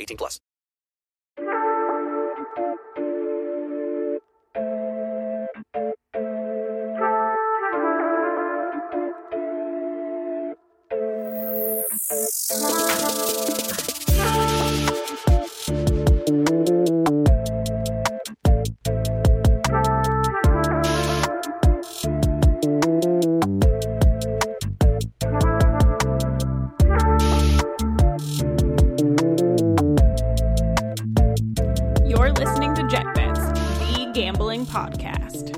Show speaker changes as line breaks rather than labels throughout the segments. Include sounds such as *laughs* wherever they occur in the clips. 18 plus.
You're listening to JetBets, the gambling podcast.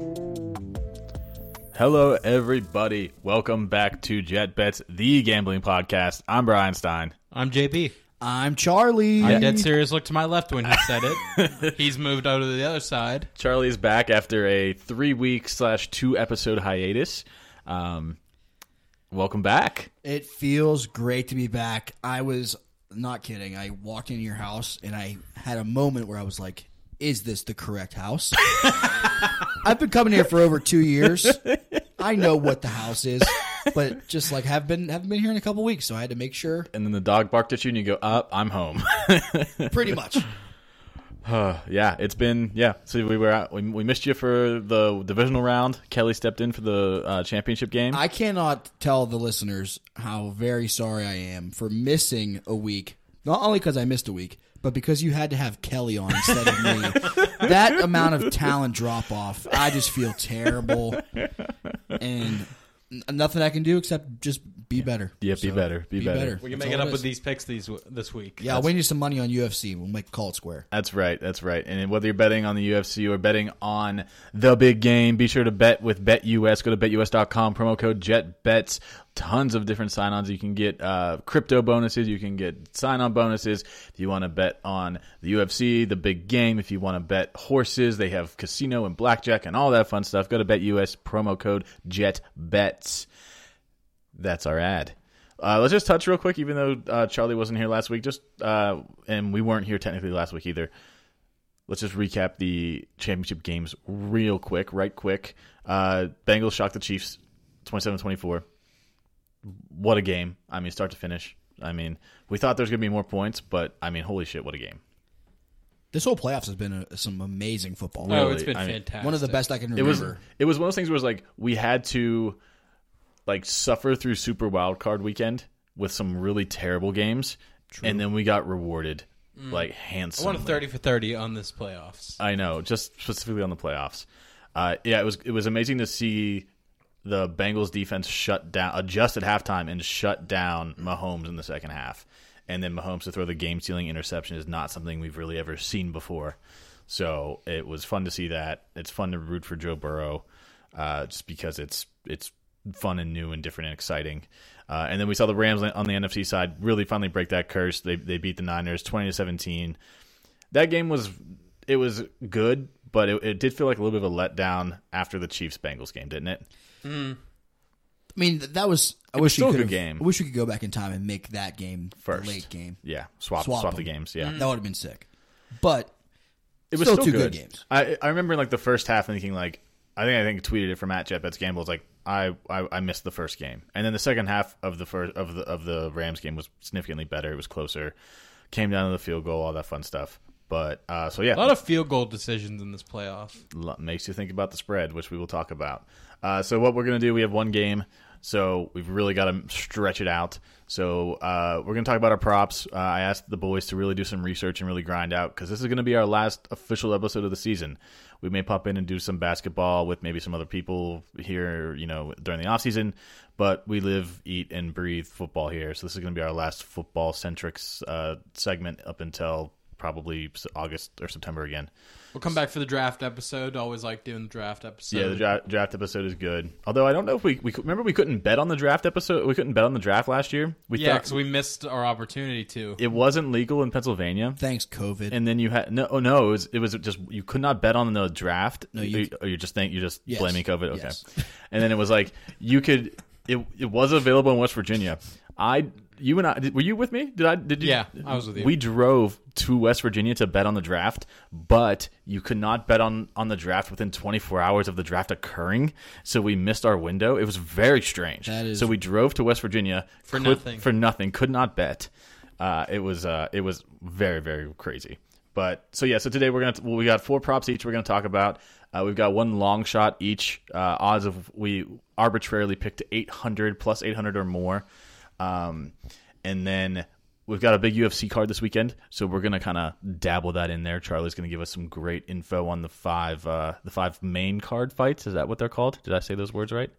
Hello, everybody. Welcome back to Jet Bets, the gambling podcast. I'm Brian Stein.
I'm JP.
I'm Charlie.
I dead serious look to my left when he said it. He's moved over to the other side.
Charlie's back after a three week slash two episode hiatus. Um, welcome back.
*laughs* It feels great to be back. I was not kidding. I walked into your house and I had a moment where I was like, is this the correct house?
*laughs*
I've been coming here for over two years. I know what the house is, but just like have been haven't been here in a couple weeks, so I had to make sure.
And then the dog barked at you, and you go, "Up, I'm home." *laughs*
Pretty much.
yeah, it's been yeah. So we were out, we, we missed you for the divisional round. Kelly stepped in for the uh, championship game.
I cannot tell the listeners how very sorry I am for missing a week. Not only because I missed a week, but because you had to have Kelly on instead of
*laughs*
me. that amount of talent drop off, I just feel terrible, and n- nothing I can do except just be better.
Yeah, be better, be better.
We can
That's
make it
all
up
is.
with these picks these this week.
Yeah, I'll win you some money on UFC. We'll make call it square.
That's right. That's right. And whether you're betting on the UFC or betting on the big game, be sure to bet with BetUS. Go to betus.com, promo code JetBets. Tons of different sign ons. You can get uh, crypto bonuses. You can get sign on bonuses. If you want to bet on the UFC, the big game, if you want to bet horses, they have casino and blackjack and all that fun stuff. Go to BetUS, promo code JetBets. That's our ad. Uh, let's just touch real quick, even though uh, Charlie wasn't here last week, just uh, and we weren't here technically last week either. Let's just recap the championship games real quick, right quick. Uh, Bengals shocked the Chiefs 27-24. What a game. I mean, start to finish. I mean, we thought there was going to be more points, but I mean, holy shit, what a game.
This whole playoffs has been a, some amazing football.
Oh, it's been
I mean,
fantastic.
One of the best I can
It
remember.
was it was one of those things where it was like we had to like suffer through super wild card weekend with some really terrible games and then we got rewarded
Mm.
like
I
handsomely.
won a thirty for thirty on this playoffs.
I know, just specifically on the playoffs. Uh, yeah, it was it was amazing to see the Bengals defense shut down, adjust at halftime, and shut down Mahomes in the second half. And then Mahomes to throw the game sealing interception is not something we've really ever seen before. So it was fun to see that. It's fun to root for Joe Burrow, uh, just because it's it's fun and new and different and exciting. Uh, and then we saw the Rams on the NFC side really finally break that curse. They they beat the Niners twenty to seventeen that game was it was good, but it, it did feel like a little bit of a letdown after the Chiefs Bengals game, didn't it?
I mean, th- that was. I
It was
wish
still a
you could
good game.
I wish we could go back in time and make that game the
First
late game.
yeah, swap swap,
Swap
the
'em.
games, yeah.
That would have been sick. But
It was
Still
still,
two
good.
good games.
I I remember like the first half thinking like I think I think tweeted it from at JetBets Gamble. It's like I, I I missed the first game, and then the second half of the first of the of the Rams game was significantly better. It was closer, came down to the field goal, all that fun stuff. But uh, so yeah,
A lot of field goal decisions in this playoff.
lo- makes you think about the spread, which we will talk about. Uh, so what we're gonna do, we have one game. So we've really got to stretch it out. So uh, we're going to talk about our props. Uh, I asked the boys to really do some research and really grind out because this is going to be our last official episode of the season. We may pop in and do some basketball with maybe some other people here, you know, during the off season. But we live, eat, and breathe football here, so this is going to be our last football centric uh, segment up until probably s- August or September again.
We'll come back for the draft episode. Always like doing the draft episode.
Yeah, the dra- draft episode is good. Although I don't know if we, we cou- remember we couldn't bet on the draft episode. We couldn't bet on the draft last year. We
yeah,
thought
because we missed our opportunity to.
it wasn't legal in Pennsylvania.
Thanks, COVID.
And then you had no, oh, no, it was, it was just you could not bet on the draft. No,
you-
or you're just think you're just
Yes.
blaming COVID. Okay,
Yes.
and then it was like you could. It, it was available in West Virginia. I you and I did- were you with me? Did I did you?
Yeah, I was with you.
We drove to West Virginia to bet on the draft, but you could not bet on on the draft within 24 hours of the draft occurring. So we missed our window. It was very strange.
That is-
so we drove to West Virginia
For
could-
nothing.
For nothing. Could not bet. Uh, it was uh, it was very very crazy. But so yeah, so today we're gonna well, we got four props each. We're gonna talk about. Uh, we've got one long shot each. Uh, odds of we arbitrarily picked 800 plus 800 or more. Um, and then we've got a big UFC card this weekend, so we're gonna kind of dabble that in there. Charlie's gonna give us some great info on the five uh, the five main card fights. Is that what they're called? Did I say those words right?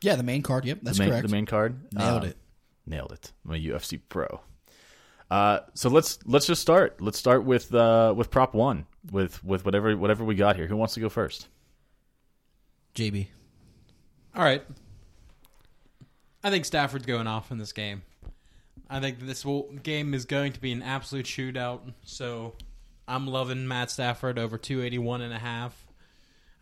yeah, the main card. Yep, that's
the main,
correct.
The main uh, card Um,
Nailed it.
Nailed it. I'm a UFC pro. Uh, so let's let's just start. Let's start with uh, with prop one with with whatever whatever we got here. Who wants to go first?
JB.
All right. I think Stafford's going off in this game. I think this will, game is going to be an absolute shootout. So I'm loving Matt Stafford over 281 and a half.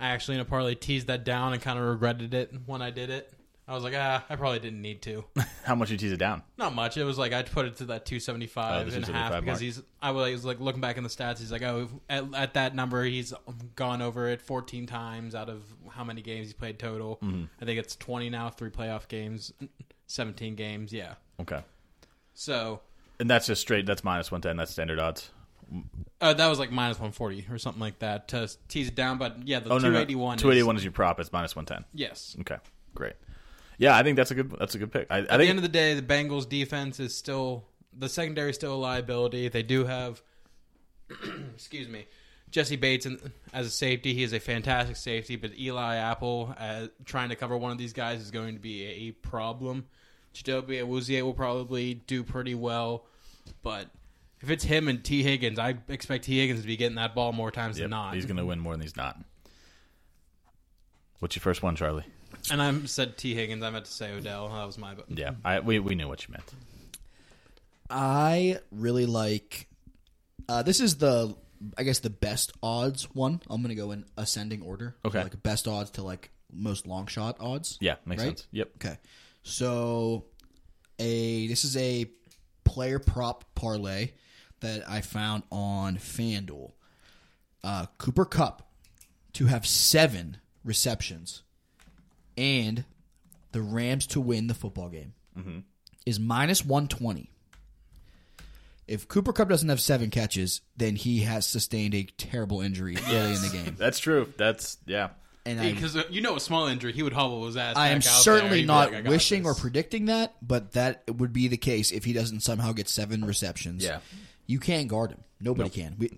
I actually in a parlay teased that down and kind of regretted it when I did it. I was like, ah, I probably didn't need to. *laughs*
How much you tease it down?
Not much. It was like I put it to that 275
Oh, the
and a
275
half because
mark.
he's I was like looking back in the stats. He's like, oh, at, at that number, he's gone over it 14 times out of how many games he played total.
Mm-hmm.
I think it's 20 now, three playoff games, 17 games. Yeah.
Okay,
So
and that's just straight. That's minus one ten. That's standard odds.
uh, that was like minus 140 or something like that to tease it down. But yeah, the 281. is-
Oh, Two eighty one is your prop. It's minus one ten.
yes.
Okay, great. Yeah, I think that's a good that's a good pick. I, I
At the
think
end of the day, the Bengals defense is still the secondary is still a liability. They do have, *clears throat* excuse me, Jesse Bates in, as a safety. He is a fantastic safety, but Eli Apple uh, trying to cover one of these guys is going to be a problem. Chidobe Awuzie will probably do pretty well, but if it's him and T Higgins, I expect T Higgins to be getting that ball more times
Yep,
than not.
he's going to win more than he's not. What's your first one, Charlie?
and I said T Higgins. I meant to say Odell. That was my.
Yeah, I, we we knew what you meant.
I really like. Uh, this is the, I guess, the best odds one. I'm going to go in ascending order.
Okay.
Like best odds to like most long shot odds.
Yeah, makes
Right?
sense. Yep.
Okay. So a this is a player prop parlay that I found on FanDuel. Uh, Cooper Cup to have seven receptions and the Rams to win the football game is minus 120. If Cooper Cup doesn't have seven catches, then he has sustained a terrible injury early in the game.
That's true. That's yeah.
And I
Because uh, you know, a small injury, he would hobble his ass.
I
back
am
out there.
certainly
He'd be
not
like, "I got
wishing or
this."
predicting that, but that would be the case if he doesn't somehow get seven receptions.
Yeah.
you can't guard him. Nobody can. We,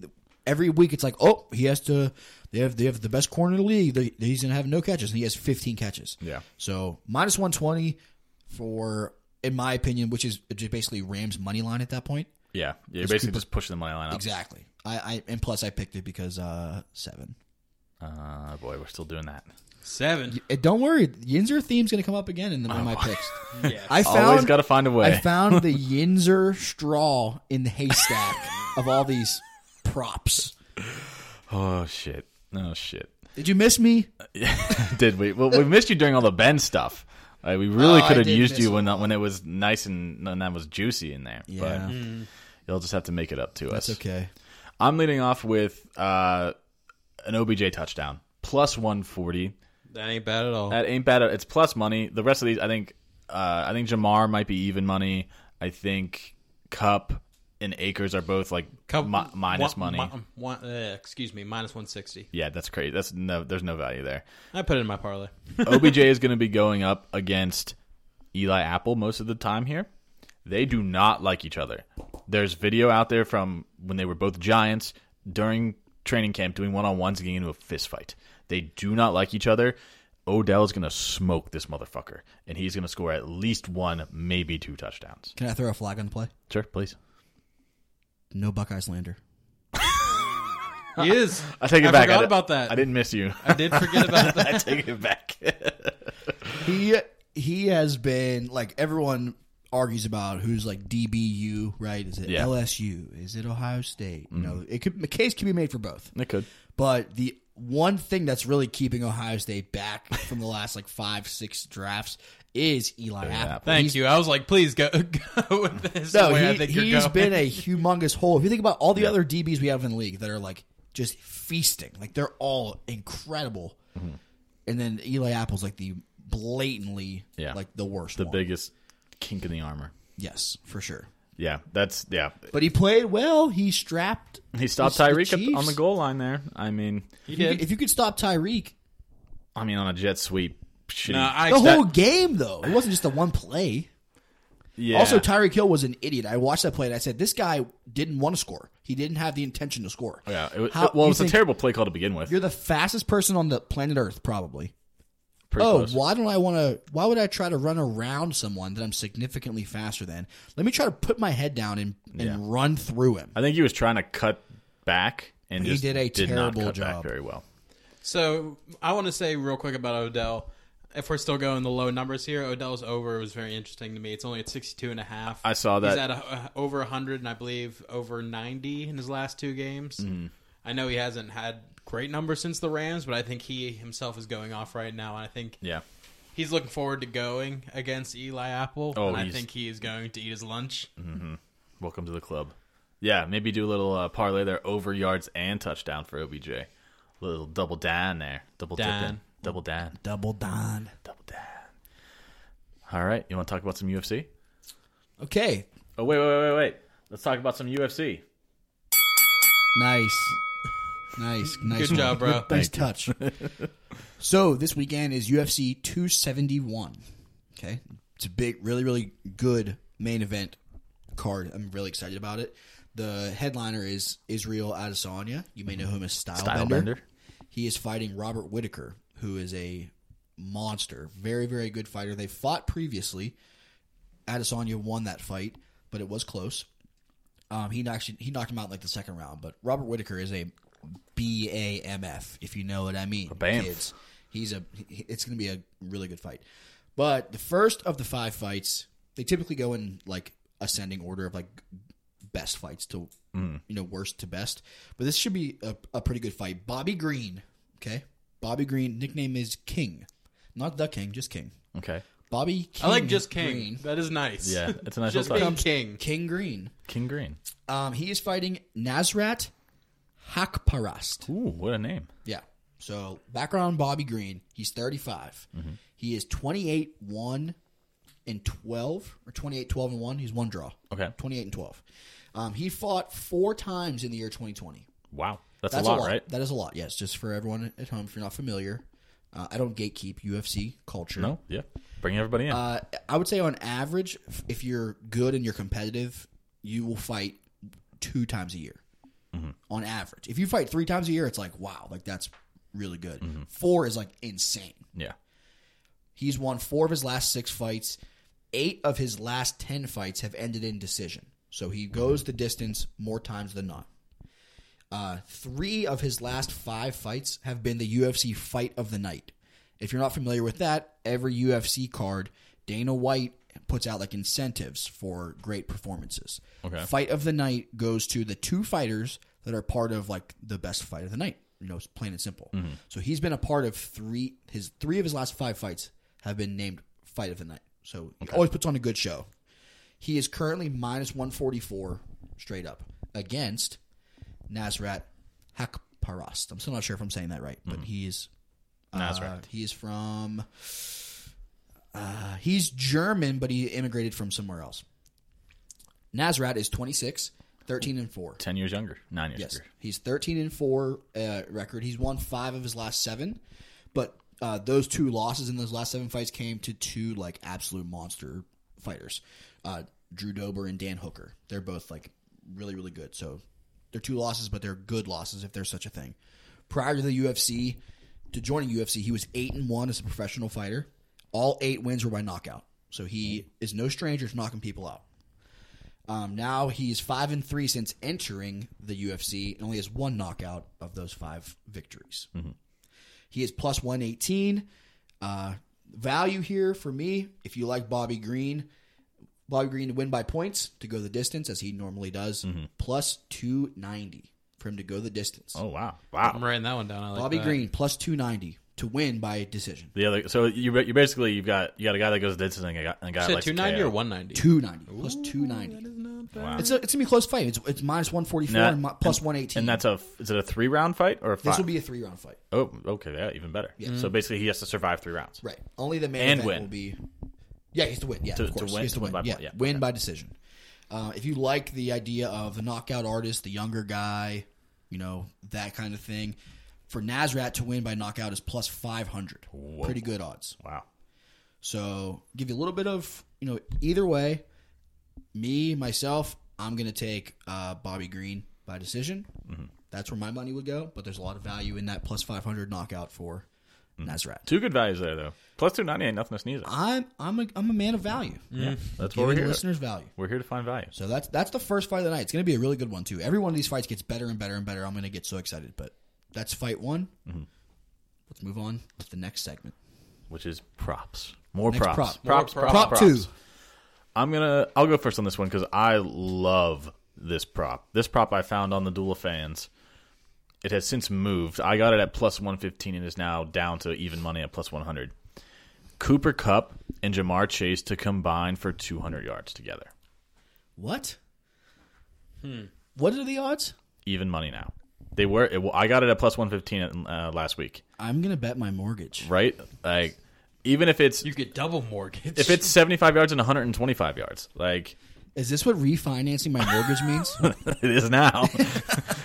every week it's like, oh, he has to. They have they have the best corner in the league. They, he's gonna have no catches, and he has 15 catches.
Yeah.
So minus 120 for, in my opinion, which is just basically Rams money line at that point.
Yeah, yeah you're basically just pushing the money line up.
Exactly. I, I and plus I picked it because uh seven.
Uh, boy, we're still doing that.
seven.
Eh, Don't worry, Yinzer theme's gonna come up again in the, one of my picks.
Oh. *laughs* Yes.
I
Always
found
got to find a way.
I found the Yinzer straw in the haystack of all these props.
oh shit! Oh shit!
Did you miss me?
*laughs* Did we? Well, we missed you during all the Ben stuff. Uh, we really
Oh, I
could have
did
used
miss
you when that- when it was nice and and that was juicy in there. But you'll just have to make it up to us.
Hmm. okay.
I'm leading off with uh, an OBJ touchdown plus 140.
That ain't bad at
Oh.
all.
That ain't bad. It's plus money. The rest of these, I think, uh, I think Jamar might be even money. I think Cup and Acres are both like mi- minus
one-
money.
mi- one- uh, excuse me, minus one sixty.
yeah, that's crazy. That's no, there's no value there. *laughs*
I put it in my parlay.
OBJ is going to be going up against Eli Apple most of the time here. They do not like each other. There's video out there from when they were both Giants during training camp doing one on ones, getting into a fist fight. They do not like each other. Odell is going to smoke this motherfucker, and he's going to score at least one, maybe two touchdowns.
Can I throw a flag on the play?
Sure, please.
No Buckeyes lander. *laughs*
He is.
I take it
I
back.
forgot
di-
about that.
I didn't miss
*laughs*
you.
I did forget about that.
I take it back.
He he has been like everyone argues about who's like DBU, right? Is it
Yeah.
LSU? Is it Ohio State? You know, it could the case could be made for both.
it could.
But the one thing that's really keeping Ohio State back from the last like five, six drafts is Eli Apple.
Thank
He's-
you. I was like, please go, *laughs* go with this. the
No,
way I
he,
think you're
he's
going.
been a humongous hole. If you think about all the other DBs we have in the league that are like just feasting, like they're all incredible.
Mm-hmm.
And then Eli Apple's like the blatantly
Yeah.
like the worst
The
one.
biggest kink in the armor.
Yes, for sure.
Yeah, that's yeah.
But he played well. He strapped.
He stopped
the
Tyreek up- on
Chiefs.
the goal line there. I mean,
*laughs* He
If you,
did.
if you could stop Tyreek,
I mean on a jet sweep. Shitty.
No, I
the
expect-
whole game though, it wasn't just the one play.
yeah.
Also, Tyreek Hill was an idiot. I watched that play and I said, this guy didn't want to score. He didn't have the intention to score.
yeah. It was,
How-
well,
you
it was a
think-
terrible play call to begin with.
You're the fastest person on the planet Earth, probably.
Pretty
oh,
close.
why don't I want to? Why would I try to run around someone that I'm significantly faster than? Let me try to put my head down and, and run through him.
I think he was trying to cut back and
He
just
did a
not
terrible
cut
job.
back very well.
So I want to say real quick about Odell. If we're still going the low numbers here, Odell's over was very interesting to me. It's only at 62 and a half.
I saw
He's
that.
at a, a, over 100 and I believe over 90 in his last two games.
Mm-hmm.
I know he hasn't had great numbers since the Rams, but I think he himself is going off right now. And I think
Yeah.
he's looking forward to going against Eli Apple.
Oh,
and I
he's- Mm-hmm.
think he is going to eat his lunch.
Welcome to the club. Yeah, maybe do a little uh, parlay there over yards and touchdown for OBJ. Little double down there. Double
Dan.
dipping. Double down.
Double Don.
Double down. All right, you want to talk about some UFC?
Okay,
Oh wait, wait, wait, wait, wait. Let's talk about some UFC.
nice, nice, nice.
Good
one.
job, bro.
Nice touch. *laughs* so this weekend is UFC 271. Okay, it's a big, really, really good main event card. I'm really excited about it. The headliner is Israel Adesanya. You may know him as Stylebender.
Stylebender.
He is fighting Robert Whitaker, who is a monster, very, very good fighter. They fought previously. Adesanya won that fight, but it was close. Um, he actually he knocked him out in like the second round. But Robert Whitaker is a BAMF, if you know what I mean.
BAMF.
Kids. He's a. he- It's going to be a really good fight. But the first of the five fights, they typically go in like ascending order of like best fights to
Mm.
you know worst to best. But this should be a, a pretty good fight. Bobby Green, okay. Bobby Green nickname is King, not the King, just King.
Okay.
Bobby. King
I like just King.
Green.
That is nice.
Yeah, it's a nice
just
little
being
touch.
King.
King Green.
King Green.
Um, he is fighting Nazrat Hakparast.
Ooh, what a name.
Yeah. So background on Bobby Green. He's 35.
Mm-hmm.
He is 28 1 and 12 or 28 12 and 1. He's one draw.
Okay.
28 and 12. Um, he fought four times in the year 2020.
Wow. That's, a, lot, right?
That is a lot. Yes. Just for everyone at home, if you're not familiar, uh, I don't gatekeep UFC culture.
No? Yeah. Bring everybody in.
Uh, I would say on average, f- if you're good and you're competitive, you will fight two times a year. On average, if you fight three times a year, it's like wow, like that's really good. Four is like insane.
yeah.
He's won four of his last six fights. Eight of his last ten fights have ended in decision. So he goes the distance more times than not. Uh, three of his last five fights have been the UFC fight of the night. If you're not familiar with that, every UFC card, Dana White puts out like incentives for great performances.
Okay.
Fight of the night goes to the two fighters that are part of like the best fight of the night. You know, it's plain and simple. So he's been a part of three. His three of his last five fights have been named fight of the night. So he always puts on a good show. He is currently minus 144 straight up against Nasrat Hakparast. I'm still not sure if I'm saying that right, but he is uh,
Nasrat.
He is from. Uh, he's German, but he immigrated from somewhere else. Nasrat is 26, 13 and four.
10 years younger. 9 years
Yes,
younger.
he's 13 and four uh, record. He's won five of his last seven, but uh, those two losses in those last seven fights came to two like absolute monster fighters, uh, Drew Dober and Dan Hooker. They're both like really really good. So they're two losses, but they're good losses if there's such a thing. Prior to the UFC, to joining UFC, he was eight and one as a professional fighter. All eight wins were by knockout. So he is no stranger to knocking people out. Um, now he's five and three since entering the UFC, and only has one knockout of those five victories. He is plus one eighteen. Uh, value here for me, if you like Bobby Green, Bobby Green to win by points to go the distance as he normally does, plus two ninety for him to go the distance.
Oh wow, wow.
I'm writing that one down. I like
Bobby
that.
Green plus two ninety to win by decision.
The other, so you ba- you basically you've got you got a guy that goes this and a guy, and a guy
Is it
likes to
290
KO.
or 190?
Two ninety plus two ninety. It's a, it's gonna be a close fight. It's, it's minus one forty four
Nah,
and mi- plus one eighteen.
and that's a is it a three round fight or a five?
this will be a three round fight.
oh okay, yeah, even better. So basically, he has to survive three rounds.
Right. Only the main
And
event
win.
will be. Yeah, he's to win. Yeah,
To-
of
to
course,
win-
he has to
to
win.
win by
yeah,
point, yeah.
win by decision. Uh, if you like the idea of the knockout artist, the younger guy, you know that kind of thing, for Nasrat to win by knockout is plus five hundred. Pretty good odds.
Wow.
So give you a little bit of you know either way. Me myself, I'm gonna take uh, Bobby Green by decision.
Mm-hmm.
That's where my money would go. But there's a lot of value in that plus 500 knockout for
Mm.
Nasrat.
Two good values there though. Plus two ninety ain't nothing to sneeze at.
I'm I'm a I'm a man of value.
Mm. Yeah, that's what
Giving
we're
the
here.
listeners value.
We're here to find value.
So that's that's the first fight of the night. It's going to be a really good one too. Every one of these fights gets better and better and better. I'm going to get so excited. But that's fight one.
Mm-hmm.
Let's move on to the next segment.
which is props. More
Next
props. Props,
prop.
More
props,
prop.
props.
Prop two.
I'm gonna. I'll go first on this one because I love this prop. This prop I found on the Duel of Fans. It has since moved. I got it at plus 115 and is now down to even money at plus 100. Cooper Cup and Jamar Chase to combine for 200 yards together.
What? What are the odds?
Even money now. They were. It, I got it at plus 115 uh, last week.
I'm going to bet my mortgage.
Right. Like even if it's
You get double mortgage. *laughs*
if it's 75 yards and 125 yards, like
Is this what refinancing my mortgage
*laughs*
means?
it is
*laughs*
now.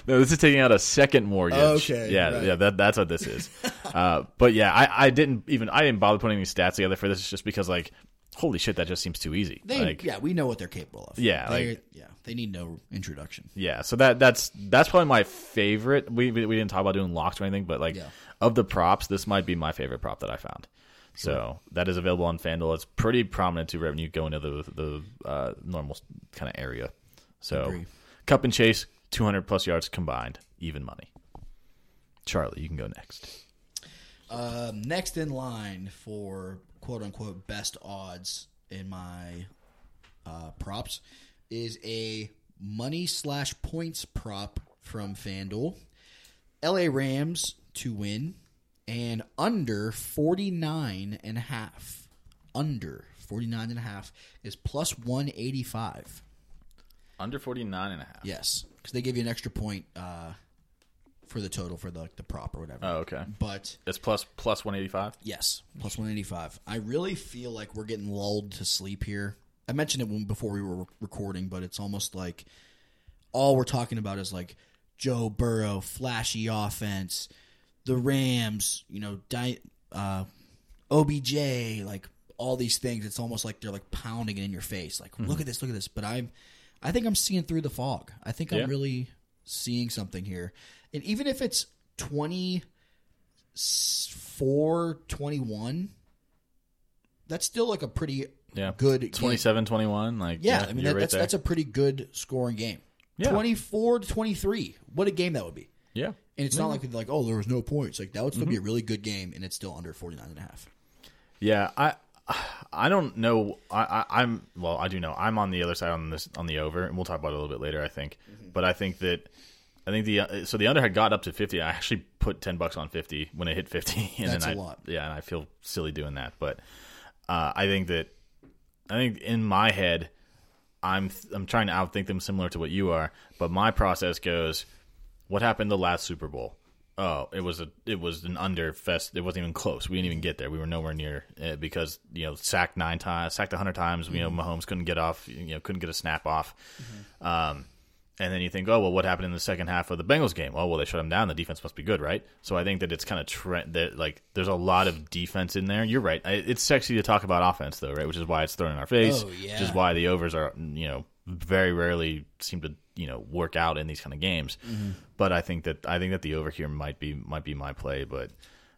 no, this is taking out a second mortgage.
Okay,
Yeah,
right.
yeah, that, that's what this
*laughs*
is. uh, but yeah, I, I didn't even I didn't bother putting any stats together for this just because like holy shit, that just seems too easy.
They,
like
yeah, we know what they're capable of.
Yeah,
They-
like-
yeah, they need no introduction.
yeah, so that that's that's probably my favorite. We we, we didn't talk about doing locks or anything, but like
Yeah.
of the props, this might be my favorite prop that I found. So that is available on FanDuel. It's pretty prominent to revenue going to the the uh, normal kind of area. So cup and chase, two hundred plus yards combined, even money. Charlie, you can go next.
Um, next in line for quote unquote best odds in my uh, props is a money slash points prop from FanDuel. LA Rams to win and under 49 and a half. Under 49 and a half is plus 185.
Under forty nine and a half.
Yes, because they give you an extra point uh, for the total for the, like, the prop or whatever.
Oh, okay.
But
It's plus plus one eighty five.
Yes, plus 185. I really feel like we're getting lulled to sleep here. I mentioned it when, before we were recording, but it's almost like all we're talking about is like Joe Burrow, flashy offense, the Rams, you know, di- uh, OBJ, like all these things. It's almost like they're like pounding it in your face, like look at this, look at this. But I'm, I think I'm seeing through the fog. I think
Yeah.
I'm really seeing something here, and even if it's 24, 21, that's still like a pretty
Yeah.
good game.
27, 21. Like
Yeah, I mean
you're
that,
right
that's
there.
that's a pretty good scoring game.
Yeah.
Twenty four to twenty three. What a game that would be.
yeah. Mm-hmm.
And it's not like like oh there was no points. Like that would still be a really good game and it's still under 49 and a half.
Yeah, I I don't know. I, I I'm well, I do know. I'm on the other side on this on the over, and we'll talk about it a little bit later. I think,
Mm-hmm.
but I think that I think the uh, so the under had got up to fifty. I actually put ten bucks on fifty when it hit fifty, *laughs* and
That's a
then I-
lot.
Yeah, and I feel silly doing that, but uh, I think that I think in my head, I'm I'm trying to outthink them similar to what you are, but my process goes, what happened the last Super Bowl? Oh, it was a it was an under fest. It wasn't even close. We didn't even get there. We were nowhere near it because you know sacked nine times, sacked a hundred times. You know Mahomes couldn't get off. You know couldn't get a snap off. Um, And then you think, oh well, what happened in the second half of the Bengals game? Oh well, they shut him down. The defense must be good, right? So I think that it's kind of trend that like there's a lot of defense in there. You're right. I- It's sexy to talk about offense though, right? Which is why it's thrown in our face.
Oh, yeah.
Which is why the overs are you know very rarely seem to you know work out in these kind of games.
Mm-hmm.
But I think that I think that the over here might be might be my play, but.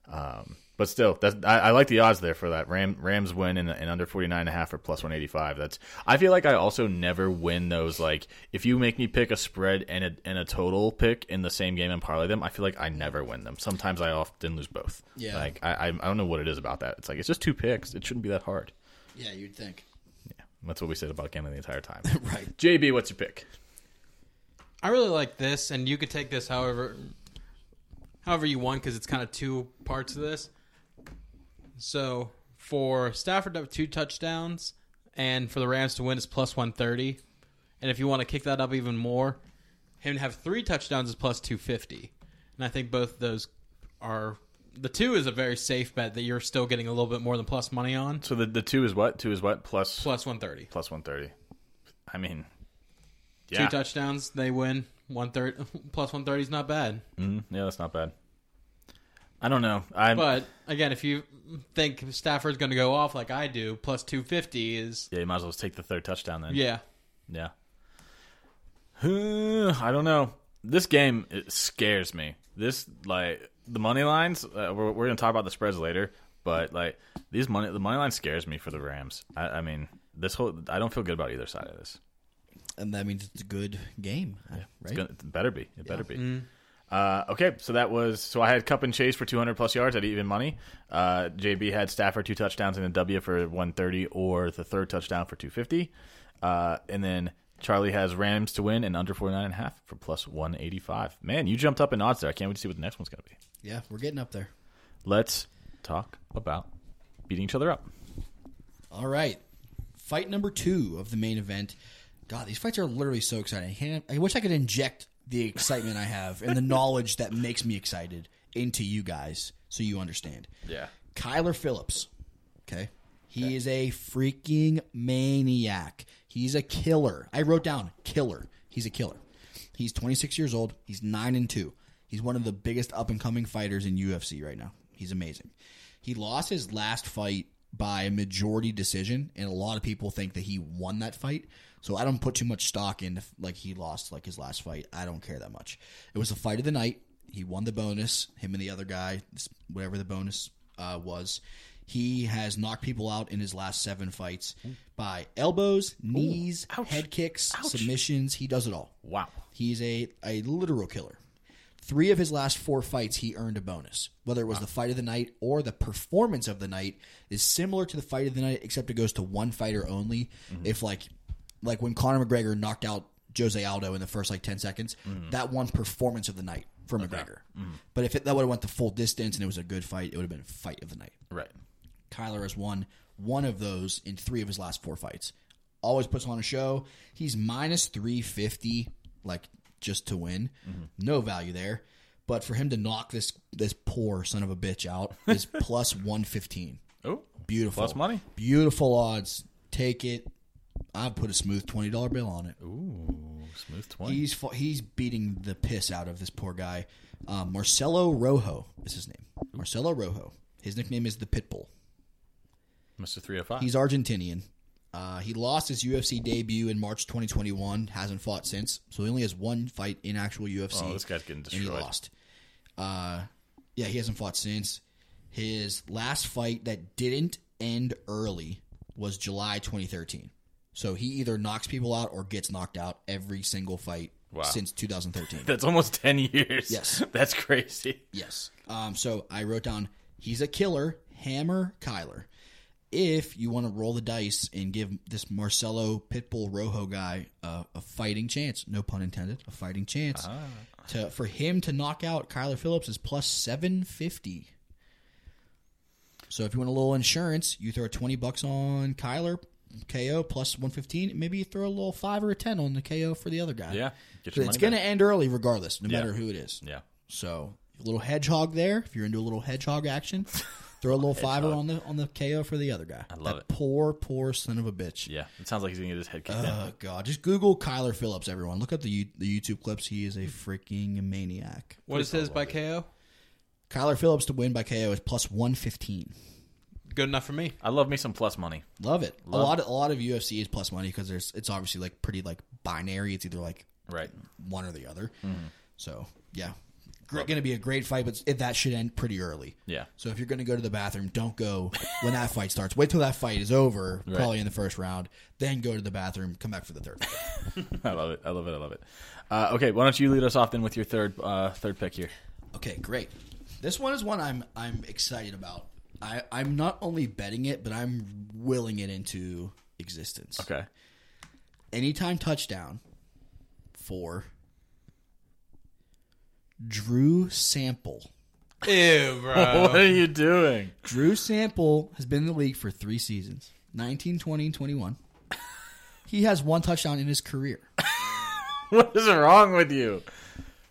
Um, but still, that's, I, I like the odds there for that. Ram, Rams win in, in under 49.5 or plus 185. That's I feel like I also never win those. Like, if you make me pick a spread and a, and a total pick in the same game and parlay them, I feel like I never win them. Sometimes I often lose both.
Yeah.
Like, I, I, I don't know what it is about that. It's like, it's just two picks. It shouldn't be that hard.
Yeah, you'd think.
That's what we said about gambling the entire time.
Right.
JB, what's your pick?
I really like this, and you could take this however, however you want because it's kind of two parts of this. So for Stafford to have two touchdowns, and for the Rams to win is plus one thirty, and if you want to kick that up even more, him to have three touchdowns is plus two fifty, and I think both those are the two is a very safe bet that you're still getting a little bit more than plus money on
So the, the two is what? Two is what? Plus,
plus one thirty.
plus 130. I mean, yeah.
Two touchdowns, they win. One third *laughs* plus one thirty is not bad.
yeah, that's not bad. I don't know. I'm,
But again, if you think Stafford's going to go off like I do, plus 250 is
Yeah, you might as well just take the third touchdown then.
yeah.
Yeah. I don't know. This game it scares me. This like the money lines. Uh, we're we're gonna talk about the spreads later, but like these money the money line scares me for the Rams. I, I mean this whole I don't feel good about either side of this.
And that means it's a good game, uh, right? Mm.
It's gonna, it better be. It better be. Uh, okay, so that was so I had Cup and Chase for 200 plus yards at even money. Uh, JB had Stafford two touchdowns and a W for 130 or the third touchdown for 250. Uh, and then Charlie has Rams to win and under 49 and a half for plus 185. Man, you jumped up in odds there. I can't wait to see what the next one's going to be.
Yeah, we're getting up there.
Let's talk about beating each other up.
All right. Fight number two of the main event. God, these fights are literally so exciting. I, can't, I wish I could inject the excitement I have and the knowledge that makes me excited into you guys so you understand.
Yeah.
Kyler Phillips. Okay. He is a freaking maniac. He's a killer. I wrote down killer. He's a killer. He's 26 years old. He's 9 and 2. He's one of the biggest up and coming fighters in UFC right now. He's amazing. He lost his last fight by a majority decision and a lot of people think that he won that fight. So I don't put too much stock in if, like he lost like his last fight. I don't care that much. It was the fight of the night. He won the bonus. Him and the other guy, whatever the bonus uh, was. He has knocked people out in his last seven fights by elbows, knees, head kicks, submissions. He does it all.
Wow.
He's a, a literal killer. Three of his last four fights, he earned a bonus. Whether it was the fight of the night or the performance of the night is similar to the fight of the night, except it goes to one fighter only. If like, like when Conor McGregor knocked out Jose Aldo in the first like ten seconds, that one performance of the night for McGregor. But if it, that would have went the full distance and it was a good fight, it would have been fight of the night.
Right.
Kyler has won one of those in three of his last four fights. Always puts on a show. He's minus 350, like just to win.
Mm-hmm.
No value there. But for him to knock this this poor son of a bitch
*laughs*
out is plus 115.
Oh,
Beautiful.
Plus money.
Beautiful odds. Take it. I put a smooth $20 bill on it.
smooth 20.
He's fu- he's beating the piss out of this poor guy. Um, Marcelo Rojo is his name. Marcelo Rojo. His nickname is the Pitbull.
Mr. 305.
He's Argentinian. Uh, he lost his UFC debut in March 2021. Hasn't fought since, so he only has one fight in actual UFC.
Oh, this guy's getting
And
destroyed.
he lost. Uh, yeah, he hasn't fought since. His last fight that didn't end early was July 2013. So he either knocks people out or gets knocked out every single fight
*laughs*
since 2013.
*laughs* That's almost 10 years.
Yes.
*laughs* That's crazy.
Yes. Um, so I wrote down he's a killer, hammer Kyler. If you want to roll the dice and give this Marcelo Pitbull Rojo guy uh, a fighting chance, no pun intended, a fighting chance,
Ah.
to for him to knock out Kyler Phillips is plus seven fifty. So if you want a little insurance, you throw twenty bucks on Kyler KO plus one fifteen. Maybe you throw a little five or a ten on the KO for the other guy.
Yeah. Get your
it's
money
going to
back.
end early regardless, no matter who it is.
Yeah.
So a little hedgehog there. If you're into a little hedgehog action, Throw a little fiver on the on the KO for the other guy. I
love
that
it.
Poor, poor son of a bitch.
Yeah, it sounds like he's gonna get his head kicked in.
Oh god! Just Google Kyler Phillips. Everyone, look up the you- the YouTube clips. He is a freaking maniac.
What is his by KO?
Kyler Phillips to win by KO is plus one fifteen.
Good enough for me.
I love me some plus money.
Love it. a lot of a lot of UFC is plus money because there's it's obviously like pretty like binary. It's either like
Right.
one or the other.
Mm-hmm.
So yeah, going to be a great fight, but it, that should end pretty early.
Yeah.
So if you're going to go to the bathroom, don't go when that fight starts. Wait till that fight is over, probably in the first round. Then go to the bathroom. Come back for the third. fight.
I love it. I love it. I love it. Uh, okay, why don't you lead us off then with your third uh, third pick here?
okay, great. This one is one I'm I'm excited about. I I'm not only betting it, but I'm willing it into existence.
Okay. *laughs*
anytime touchdown for Drew Sample.
Ew, bro.
What are you doing? *laughs*
Drew Sample has been in the league for three seasons 19, 20, and 21. He has one touchdown in his career.
What is wrong with you?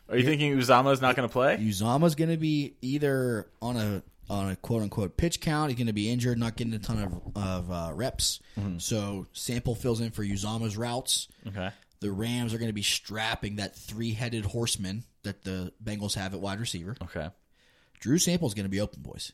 Are you thinking Uzama's not going to play?
Uzama's going to be either on a on a quote unquote pitch count, he's going to be injured, not getting a ton of, of uh, reps. So Sample fills in for Uzama's routes.
Okay.
The Rams are going to be strapping that three headed horseman that the Bengals have at wide receiver.
Okay.
Drew Sample's going to be open, boys.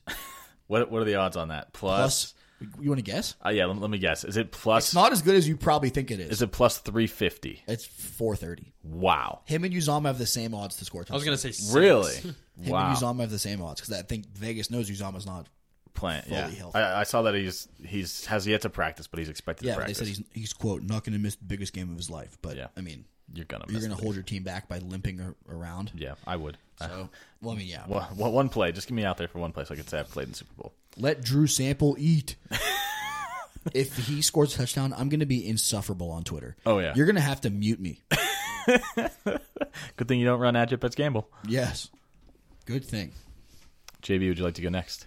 What What are the odds on that? Plus.
plus. You want to guess?
Uh, yeah. Let, let me guess. Is it plus?
It's not as good as you probably think it is.
Is it plus three fifty?
It's four thirty.
Wow.
Him and Uzama have the same odds to score.
I was gonna say six.
Really?
Him
*laughs* wow.
and Uzama have the same odds because I think Vegas knows Uzama's not.
Playing. Yeah.
healthy.
I, I saw that he's he's has yet to practice, but he's expected
Yeah,
to
but they
practice.
said he's he's quote not going to miss the biggest game of his life. But
Yeah.
I mean,
You're gonna.
you're
miss
going
it.
to hold your team back by limping ar- around.
Yeah, I would. Uh,
So, well, I mean, yeah.
one- *laughs* one one play. Just give me out there for one play so I could say I've played in the Super Bowl.
Let Drew Sample
*laughs*
eat. if he scores a touchdown, I'm going to be insufferable on Twitter.
Oh, yeah.
you're going to have to
*laughs*
mute me.
Good thing you don't run at Jip Betts Gamble.
yes,
*laughs*
good thing.
JB, would you like to go next?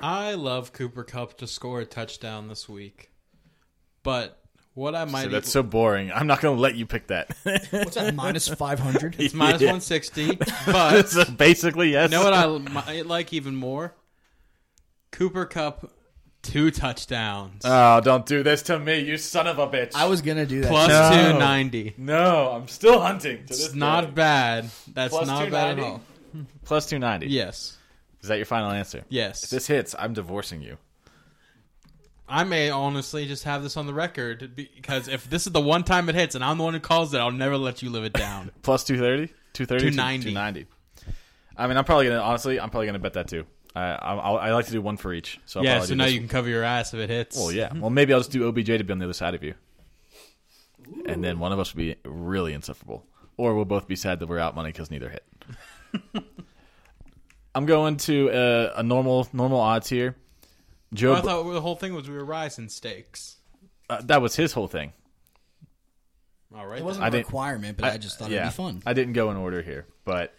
I love Cooper Cup to score a touchdown this week, but what I might
See,
be
that's so boring. I'm not going to let you pick that.
What's that? Minus five hundred.
*laughs*
it's minus
Yeah. *laughs*
160, but
so basically, yes.
You know what I l- might like even more? Cooper Cup, two touchdowns,
Oh, don't do this to me, you son of a bitch.
I was gonna do that.
Plus
No.
290.
no, I'm still hunting. To
It's not bad. That's
Plus
not bad at
290?
all.
*laughs* plus 290.
Yes,
Is that your final answer?
yes.
This hits. I'm divorcing you.
I may honestly just have this on the record because if this is the one time it hits and I'm the one who calls it, I'll never let you live
*laughs*
it down.
Plus 230? 230?
290.
290. I mean, I'm probably going to, honestly, I'm probably going to bet that too. I, I, I'll- I like to do one for each. So I'll
yeah,
probably
so
do
now
this
you can cover your ass if it hits.
Well,
Mm-hmm.
yeah. Well, maybe I'll just do OBJ to be on the other side of you, and then one of us will be really insufferable, or we'll both be sad that we're out money because neither hit. *laughs* I'm going to uh, a normal normal odds here. Joe,
I thought the whole thing was we were rising stakes.
uh, that was his whole thing.
All right.
It
then.
wasn't
I
a
didn't-
requirement, but I, just thought
yeah,
it'd be fun.
I didn't go in order here, but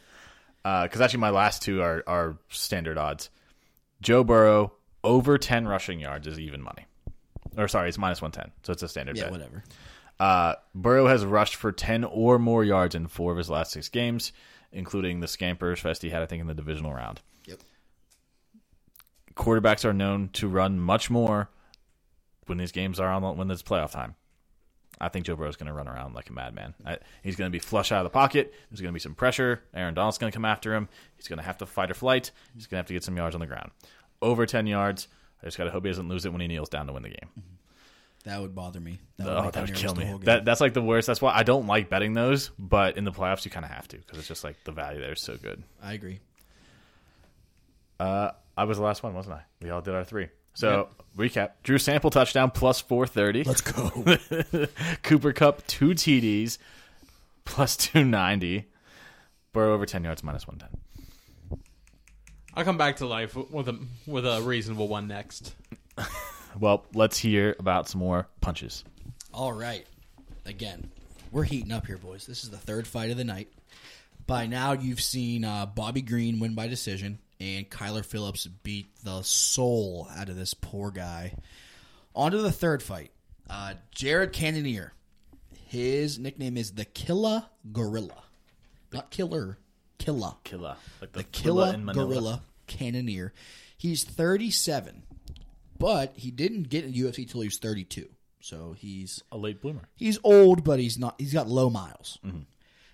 because actually my last two are are standard odds. Joe Burrow over ten rushing yards is even money, or sorry, it's minus one ten, so it's a standard.
yeah,
bet.
whatever.
Uh, Burrow has rushed for 10 or more yards in four of his last six games, including the scampers fest he had, I think, in the divisional round.
Yep.
Quarterbacks are known to run much more when these games are on when it's playoff time. I think Joe Burrow's going to run around like a madman. I, he's going to be flush out of the pocket. There's going to be some pressure. Aaron Donald's going to come after him. He's going to have to fight or flight. He's going to have to get some yards on the ground. Over 10 yards. I just got to hope he doesn't lose it when he kneels down to win the game.
That would bother me. That
Oh,
make
that
me
would
nervous
kill
the
me.
whole game.
That, that's like the worst. That's why I don't like betting those. But in the playoffs, you kind of have to because it's just like the value there is so good.
I agree.
Uh, I was the last one, wasn't I? We all did our three. So recap: Drew Sample touchdown plus four thirty.
Let's go.
Cooper Cup two TDs plus two ninety. Burrow over ten yards minus one ten.
I'll come back to life with a with a reasonable one next.
Well, let's hear about some more punches.
*laughs* All right. Again, we're heating up here, boys. This is the third fight of the night. By now, you've seen uh, Bobby Green win by decision, and Kyler Phillips beat the soul out of this poor guy. On to the third fight. Uh, Jared Cannonier. His nickname is the Killa Gorilla. Not killer, Killa.
Killa, like
the Killa Gorilla Cannoneer. He's 37, but he didn't get in UFC till he was 32. So he's
A late bloomer.
he's old, but he's not. He's got low miles.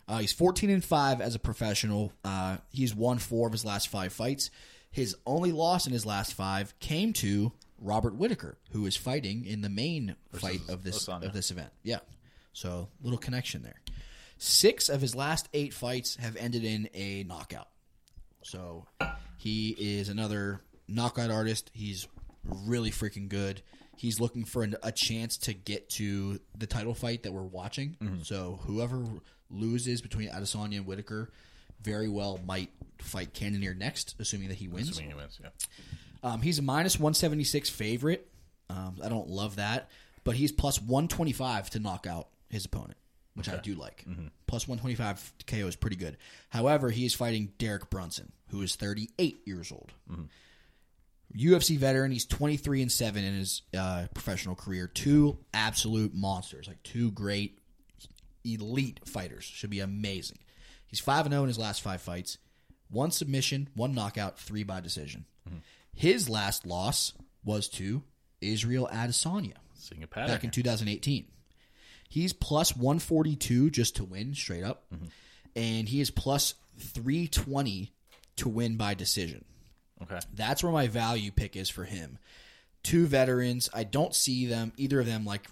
Uh, he's 14 and five as a professional. Uh, he's won four of his last five fights. His only loss in his last five came to Robert Whitaker, who is fighting in the main fight of this
Osana.
of this event. Yeah, so little connection there. Six of his last eight fights have ended in a knockout. So he is another knockout artist. He's really freaking good. He's looking for an, a chance to get to the title fight that we're watching. So whoever loses between Adesanya and Whitaker very well might fight Cannoneer next, assuming that he wins.
Assuming he wins, yeah.
Um, he's a minus 176 favorite. Um, I don't love that, but he's plus 125 to knock out his opponent, which I do like. Plus 125 KO is pretty good. However, he is fighting Derek Brunson, who is 38 years old. UFC veteran. He's 23 and 7 in his uh, professional career. Two absolute monsters, like two great elite fighters. Should be amazing. He's 5 and 0 in his last 5 fights. One submission, one knockout, three by decision. His last loss was to Israel Adesanya
Seeing a pattern.
back in 2018. He's plus 142 just to win straight up, and he is plus 320 to win by decision.
okay.
That's where my value pick is for him. Two veterans. I don't see them either of them like.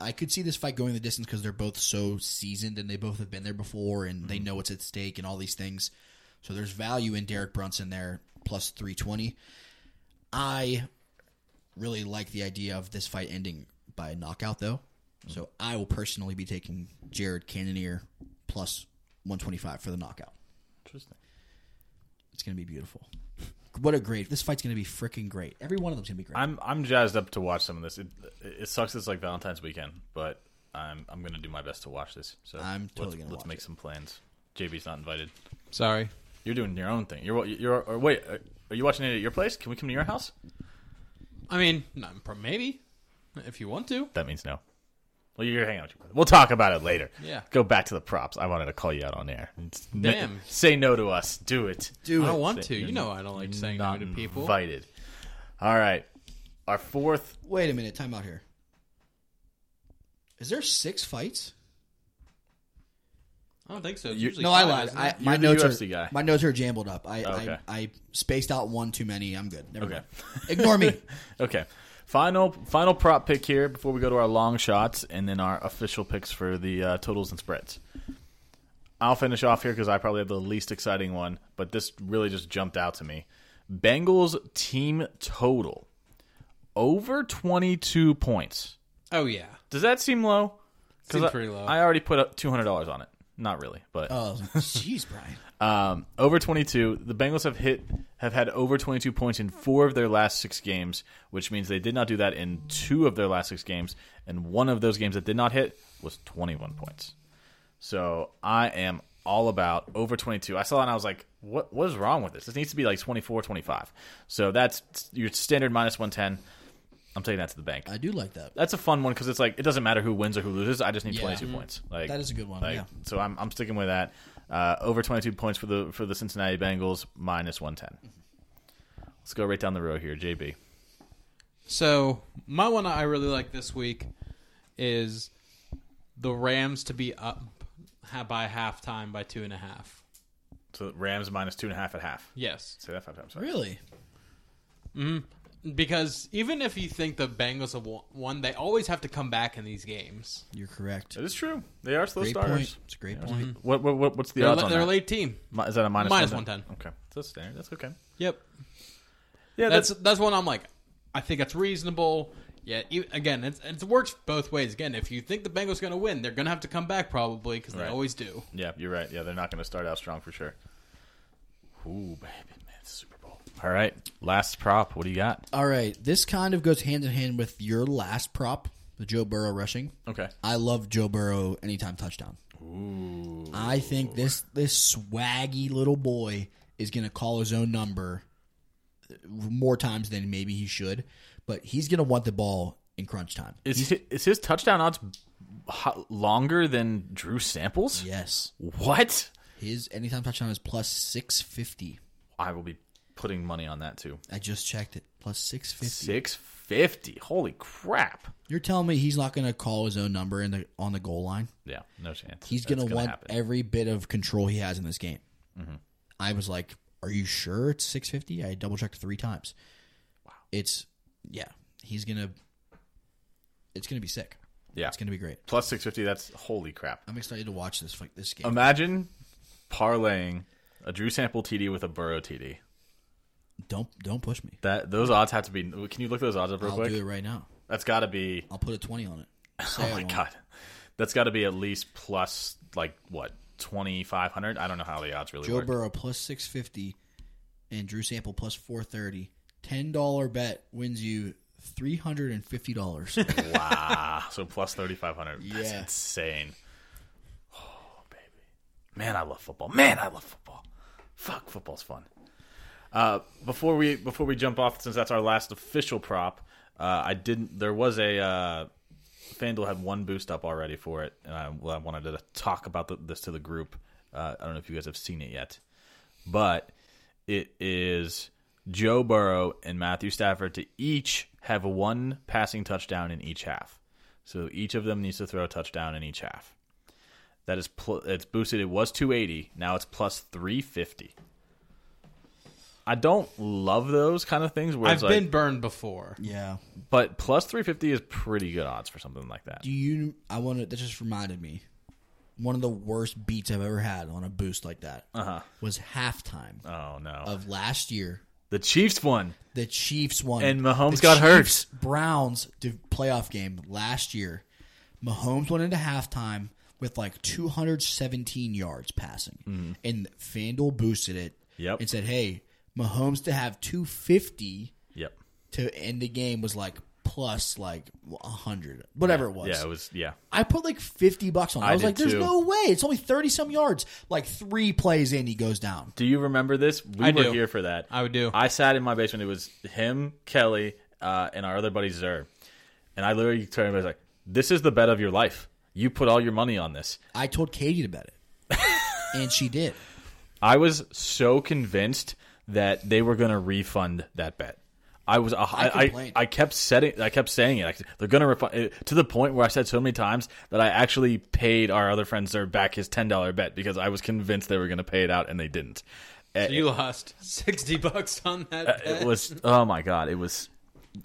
I could see this fight going the distance because they're both so seasoned and they both have been there before and they know what's at stake and all these things. So there's value in Derek Brunson there plus three twenty. I really like the idea of this fight ending by knockout though. So I will personally be taking Jared Cannonier plus one twenty five for the knockout.
Interesting.
It's gonna be beautiful. What a great! This fight's gonna be freaking great. Every one of them's gonna be great.
I'm I'm jazzed up to watch some of this. It, it sucks. It's like Valentine's weekend, but I'm I'm gonna do my best to watch this. So
I'm totally
let's,
gonna
let's
watch
make
it.
some plans. JB's not invited.
Sorry.
You're doing your own thing. You're you're or wait. Are, are you watching it at your place? Can we come to your house?
I mean, not, prob- maybe if you want to.
That means no. Well, you're hanging out with your brother. We'll talk about it later.
Yeah.
Go back to the props. I wanted to call you out on air. It's-
Damn.
say no to us. Do it.
I don't want to.
You're
You know, I don't like saying no
not
to people.
Invited. All right. Our fourth.
Wait a minute, time out here. Is there six fights?
I don't think so. It's
You-
usually
no, I
five,
lied.
isn't it?
I,
You're
my
the
notes
UFC
are
guy.
my notes are jambled up. I,
Okay.
I I spaced out one too many. I'm good. Never
Okay.
mind.
*laughs*
Ignore me.
Okay. Final final prop pick here before we go to our long shots and then our official picks for the uh, totals and spreads. I'll finish off here because I probably have the least exciting one, but this really just jumped out to me. Bengals team total over 22 points.
Oh yeah,
Does that seem low? 'Cause
Seems
I-
pretty low.
I already put up $200 on it. Not really, but
Oh, jeez, Brian.
um, over 22. The Bengals have hit have had over 22 points in four of their last six games, which means they did not do that in two of their last six games, and one of those games that did not hit was 21 points. So I am all about over 22. I saw that and I was like, what what is wrong with this? This needs to be like 24, 25. So that's your standard minus 110. I'm taking that to the bank.
I do like that.
That's a fun one because it's like it doesn't matter who wins or who loses. I just need
Yeah.
22 points. Like
Mm-hmm. That is a good one,
like,
yeah.
So I'm, I'm sticking with that. Uh, over 22 points for the for the Cincinnati Bengals minus 110.
Mm-hmm.
Let's go right down the row here, JB.
So my one I really like this week is the Rams to be up ha- by halftime by two and a half.
So Rams minus two and a half at half.
Yes,
Say that five times. Sorry.
Really?
because even if you think the Bengals have won- won, they always have to come back in these games.
You're correct.
It is true. They are slow
Great
starters.
point. It's a great point.
What, what, what what's the
They're,
odds
le-
on
they're a
that?
late team.
Mi- Is that a minus
Minus
110? Okay, so that's standard. That's okay.
Yep,
Yeah,
that's that's one I'm like, I think that's reasonable. Yeah, e- again, it's, it works both ways. Again, if you think the Bengals going to win, they're going to have to come back probably because
Right.
they always do.
Yeah, you're right. Yeah, they're not going to start out strong for sure. Ooh, baby, man, it's Super Bowl. All right, last prop. What do you got?
All right. This kind of goes hand in hand with your last prop, the Joe Burrow rushing.
Okay.
I love Joe Burrow anytime touchdown. Ooh. I think this this swaggy little boy is going to call his own number more times than maybe he should, but he's going to want the ball in crunch time.
Is his, is his touchdown odds ho- longer than Drew Samples?
Yes.
What?
His anytime touchdown is plus 650.
I will be putting money on that too.
I just checked it. Plus six fifty.
Six fifty. Holy crap!
You're telling me he's not going to call his own number in the on the goal line?
Yeah, no chance.
He's
That's
going to want
happen. Mm-hmm.
every bit of control he has in this game. I was like, "Are you sure it's 650?" I double checked three times. Wow. It's yeah. He's going to. It's going to be sick.
yeah,
It's going to be great.
plus six fifty. That's holy crap.
I'm excited to watch this fight, this game.
Imagine parlaying a Drew Sample TD with a Burrow TD.
don't don't push me.
That those odds have to be. Can you look those odds up real
I'll
quick?
do it right now.
That's got to be.
I'll put a twenty on it.
*laughs*
Say
Oh
I
my
won't.
god, that's got to be at least plus like what twenty five hundred. I don't know how the odds really
Joe
work.
Burrow plus 650 and Drew Sample plus 430. $10 bet wins you
*laughs*
$350.
wow, so plus thirty five hundred. That's
Yeah.
insane. Oh baby, man, I love football. Man, I love football. Fuck, football's fun. Uh, before we before we jump off, since that's our last official prop, uh, I didn't. There was a uh, FanDuel had one boost up already for it, and I, well, I wanted to talk about the, this to the group. Uh, I don't know if you guys have seen it yet, but it is Joe Burrow and Matthew Stafford to each have one passing touchdown in each half. So each of them needs to throw a touchdown in each half. That is pl- it's boosted. It was 280. Now it's plus 350. I don't love those kind of things where
I've
it's like,
been burned before.
yeah.
but plus 350 is pretty good odds for something like that.
Do you I want to that just reminded me. One of the worst beats I've ever had on a boost like that uh-huh. was halftime
oh no.
of last year.
the Chiefs won.
The Chiefs won.
And Mahomes
The
got hurt.
Chiefs- Browns div- playoff game last year. Mahomes went into halftime with like 217 yards passing, and FanDuel boosted it.
Mm-hmm. Yep.
And said, "Hey, Mahomes to have 250
Yep.
to end the game was like plus like 100, whatever it was.
Yeah, it was yeah.
I put like 50 bucks on. it. I,
I
was
did
like, "There's
too.
no way. It's only 30 some yards. Like three plays in, he goes down."
Do you remember this? We
I
were
do.
here for that.
I would do.
I sat in my basement. It was him, Kelly, uh, and our other buddy Zer. And I literally turned and was like, "This is the bet of your life. You put all your money on this."
I told Katie to bet it, *laughs* and she did.
I was so convinced that they were going to refund that bet. I was uh, I, I, I,
complained.
kept setting I kept saying it. Like, they're going to refund to the point where I said so many times that I actually paid our other friend Zer back his ten dollar bet because I was convinced they were going to pay it out and they didn't.
So you lost *laughs* sixty bucks on that. bet.
Uh, it was oh my god it was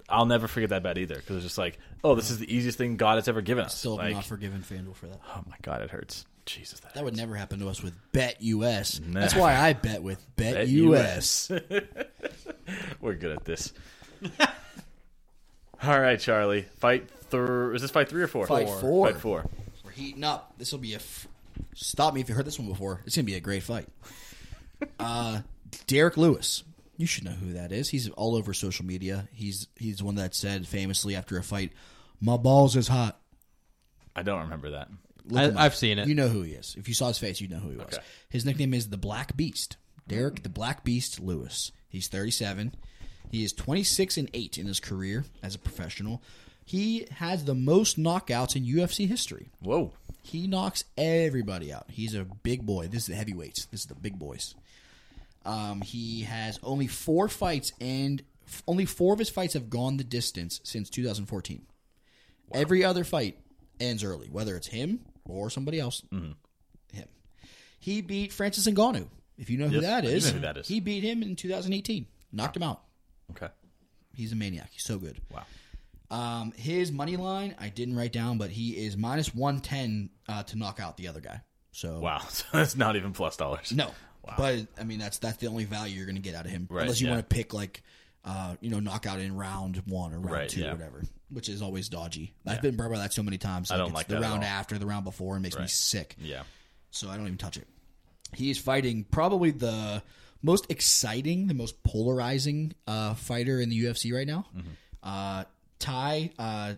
i'll never forget that bet either because it's just like oh this is the easiest thing god has ever given us
Still
like
not forgiving FanDuel for that.
oh my god it hurts jesus that,
That would never happen to us with Bet US. That's
Nah.
why I bet with Bet,
Bet
US.
we're good at
*laughs*
this all right charlie fight three is this fight three or four
Fight four.
fight four
*laughs* We're heating up. This will be a. F- Stop me if you heard this one before. It's gonna be a great *laughs* fight. Uh, Derek Lewis. You should know who that is. He's all over social media. He's he's the one that said famously after a fight, "My balls is hot."
i don't remember that
Look him up.
I, have seen it.
You know who he is. If you saw his face, you'd know who he was.
Okay.
His nickname is the Black Beast. Derek the Black Beast Lewis. He's 37. He is 26 and 8 in his career as a professional. He has the most knockouts in UFC history.
whoa
He knocks everybody out. He's a big boy. This is the heavyweights. This is the big boys. Um, he has only four fights, and f- only four of his fights have gone the distance since 2014. Every other fight ends early, whether it's him or somebody else.
Mm-hmm.
Him. He beat Francis Ngannou. If you know who
Yes,
that
I do
is,
know who that is.
he beat him in 2018. Knocked him out.
okay
He's a maniac. He's so good.
Wow.
Um, his money line I didn't write down, but he is minus one ten uh, to knock out the other guy. So
wow *laughs* so that's not even plus dollars
no, but I mean that's that's the only value you're going to get out of him,
Right,
unless you
yeah.
want to pick like, uh, you know, knockout in round one or round
Right,
two
yeah.
or whatever, which is always dodgy. I've been burned by that so many times.
don't
it's
like
the
that at
round
all.
after the round before and makes me sick.
yeah
So I don't even touch it. He is fighting probably the most exciting, the most polarizing uh, fighter in the UFC right now. Uh, Ty uh,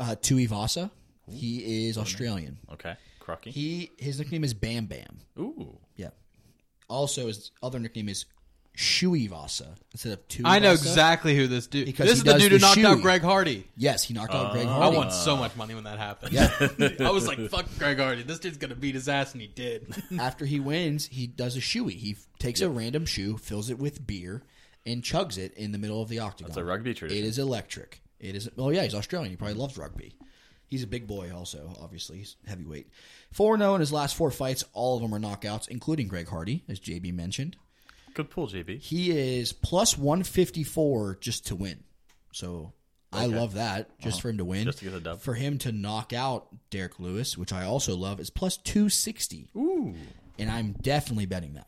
uh, Tuivasa. He is Australian.
okay crocky
He his nickname is Bam Bam.
ooh
Yeah. Also, his other nickname is Shuivasa instead of two.
I know exactly who this dude.
Because
this
he
is the
does
dude who
the
knocked out
shoey.
Greg Hardy.
Yes, he knocked out Greg
I
Hardy.
won so much money when that happened. *laughs* I was like, "Fuck Greg Hardy, this dude's gonna beat his ass," and
*laughs*
he did.
After he wins, he does a shoey. He f- takes a random shoe, fills it with beer, and chugs it in the middle of the octagon.
That's a rugby tradition.
It is electric. It is. Oh yeah, he's Australian. He probably loves rugby. He's a big boy, also. Obviously, he's heavyweight. Four zero in his last four fights. All of them are knockouts, including Greg Hardy, as JB mentioned.
Good pull, JB.
He is plus one fifty four just to win. So I love that just for him to win.
Uh-huh. Just to get a dub.
For him to knock out Derek Lewis, which I also love, is plus two sixty. Ooh. And I'm definitely betting that.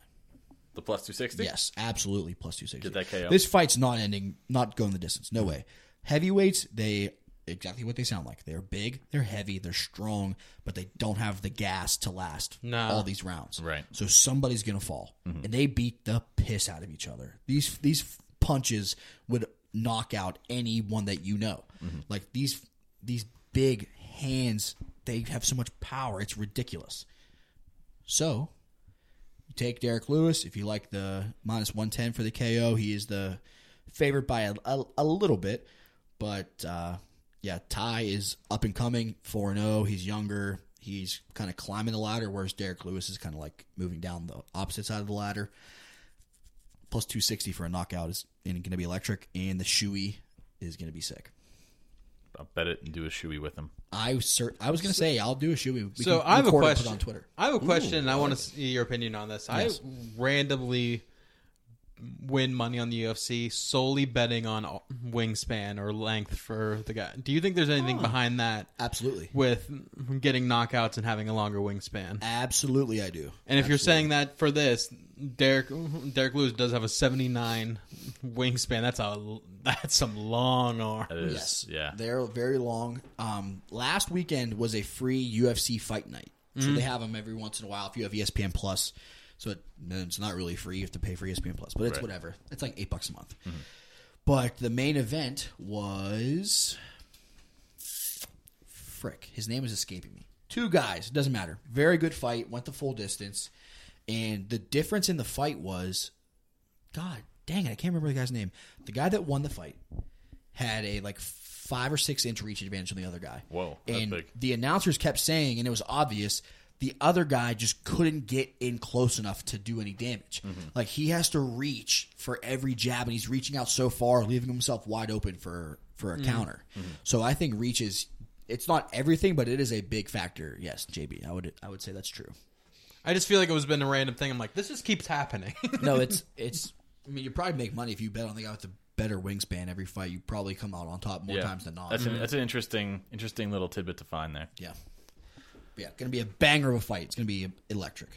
The plus two sixty.
Yes, absolutely. Plus 260.
Get that KO.
This fight's not ending, not going the distance. No way. Heavyweights, they exactly what they sound like. They're big, they're heavy, they're strong, but they don't have the gas to last
Nah.
all these rounds.
Right. Mm-hmm.
So somebody's going to fall. And they beat the piss out of each other. These these punches would knock out anyone that you know.
Mm-hmm.
Like these these big hands, they have so much power. It's ridiculous. So you take Derek Lewis. If you like the minus 110 for the KO, he is the favorite by a, a, a little bit. But uh, yeah, Ty is up and coming, 4 0. He's younger. He's kind of climbing the ladder, whereas Derek Lewis is kind of like moving down the opposite side of the ladder. Plus 260 for a knockout is going to be electric, and the shoey is going to be sick.
I'll bet it and do a shoey with him.
I cer- I was going to say I'll do a shoey. We
so
can
I have a
record and
question.
Put it on Twitter.
I have a question, and I, want to see your opinion on this. I randomly win money on the UFC solely betting on wingspan or length for the guy. Do you think there's anything behind that
Absolutely,
with getting knockouts and having a longer wingspan?
absolutely, I do.
And if you're saying that for this, Derek Derek Lewis does have a 79 wingspan. That's a that's some long arm.
It is-
Yes.
Yeah.
They're very long. Um, last weekend was a free UFC fight night. So
Mm-hmm.
they have them every once in a while if you have E ESPN Plus. So it, it's not really free. You have to pay for E ESPN Plus, but it's
Right. Mm-hmm.
whatever. It's like eight bucks a month. But the main event was. Frick. His name is escaping me. Two guys. It doesn't matter. Very good fight. Went the full distance. And the difference in the fight was. God dang it. I can't remember the guy's name. The guy that won the fight had a like five or six inch reach advantage on the other guy.
Whoa, that's
And
big.
the announcers kept saying, and it was obvious, the other guy just couldn't get in close enough to do any damage.
Mm-hmm.
Like he has to reach for every jab, and he's reaching out so far, leaving himself wide open for for a counter.
Mm-hmm.
So I think reach is it's not everything, but it is a big factor. Yes, JB, I would I would say that's true.
I just feel like it was been a random thing. I'm like, this just keeps happening. *laughs*
No, it's it's. I mean, you probably make money if you bet on the guy with the better wingspan every fight. You probably come out on top more
Yeah.
times than not.
That's an, that's an interesting interesting little tidbit to find there.
Yeah. But yeah, gonna be a banger of a fight. It's gonna be electric.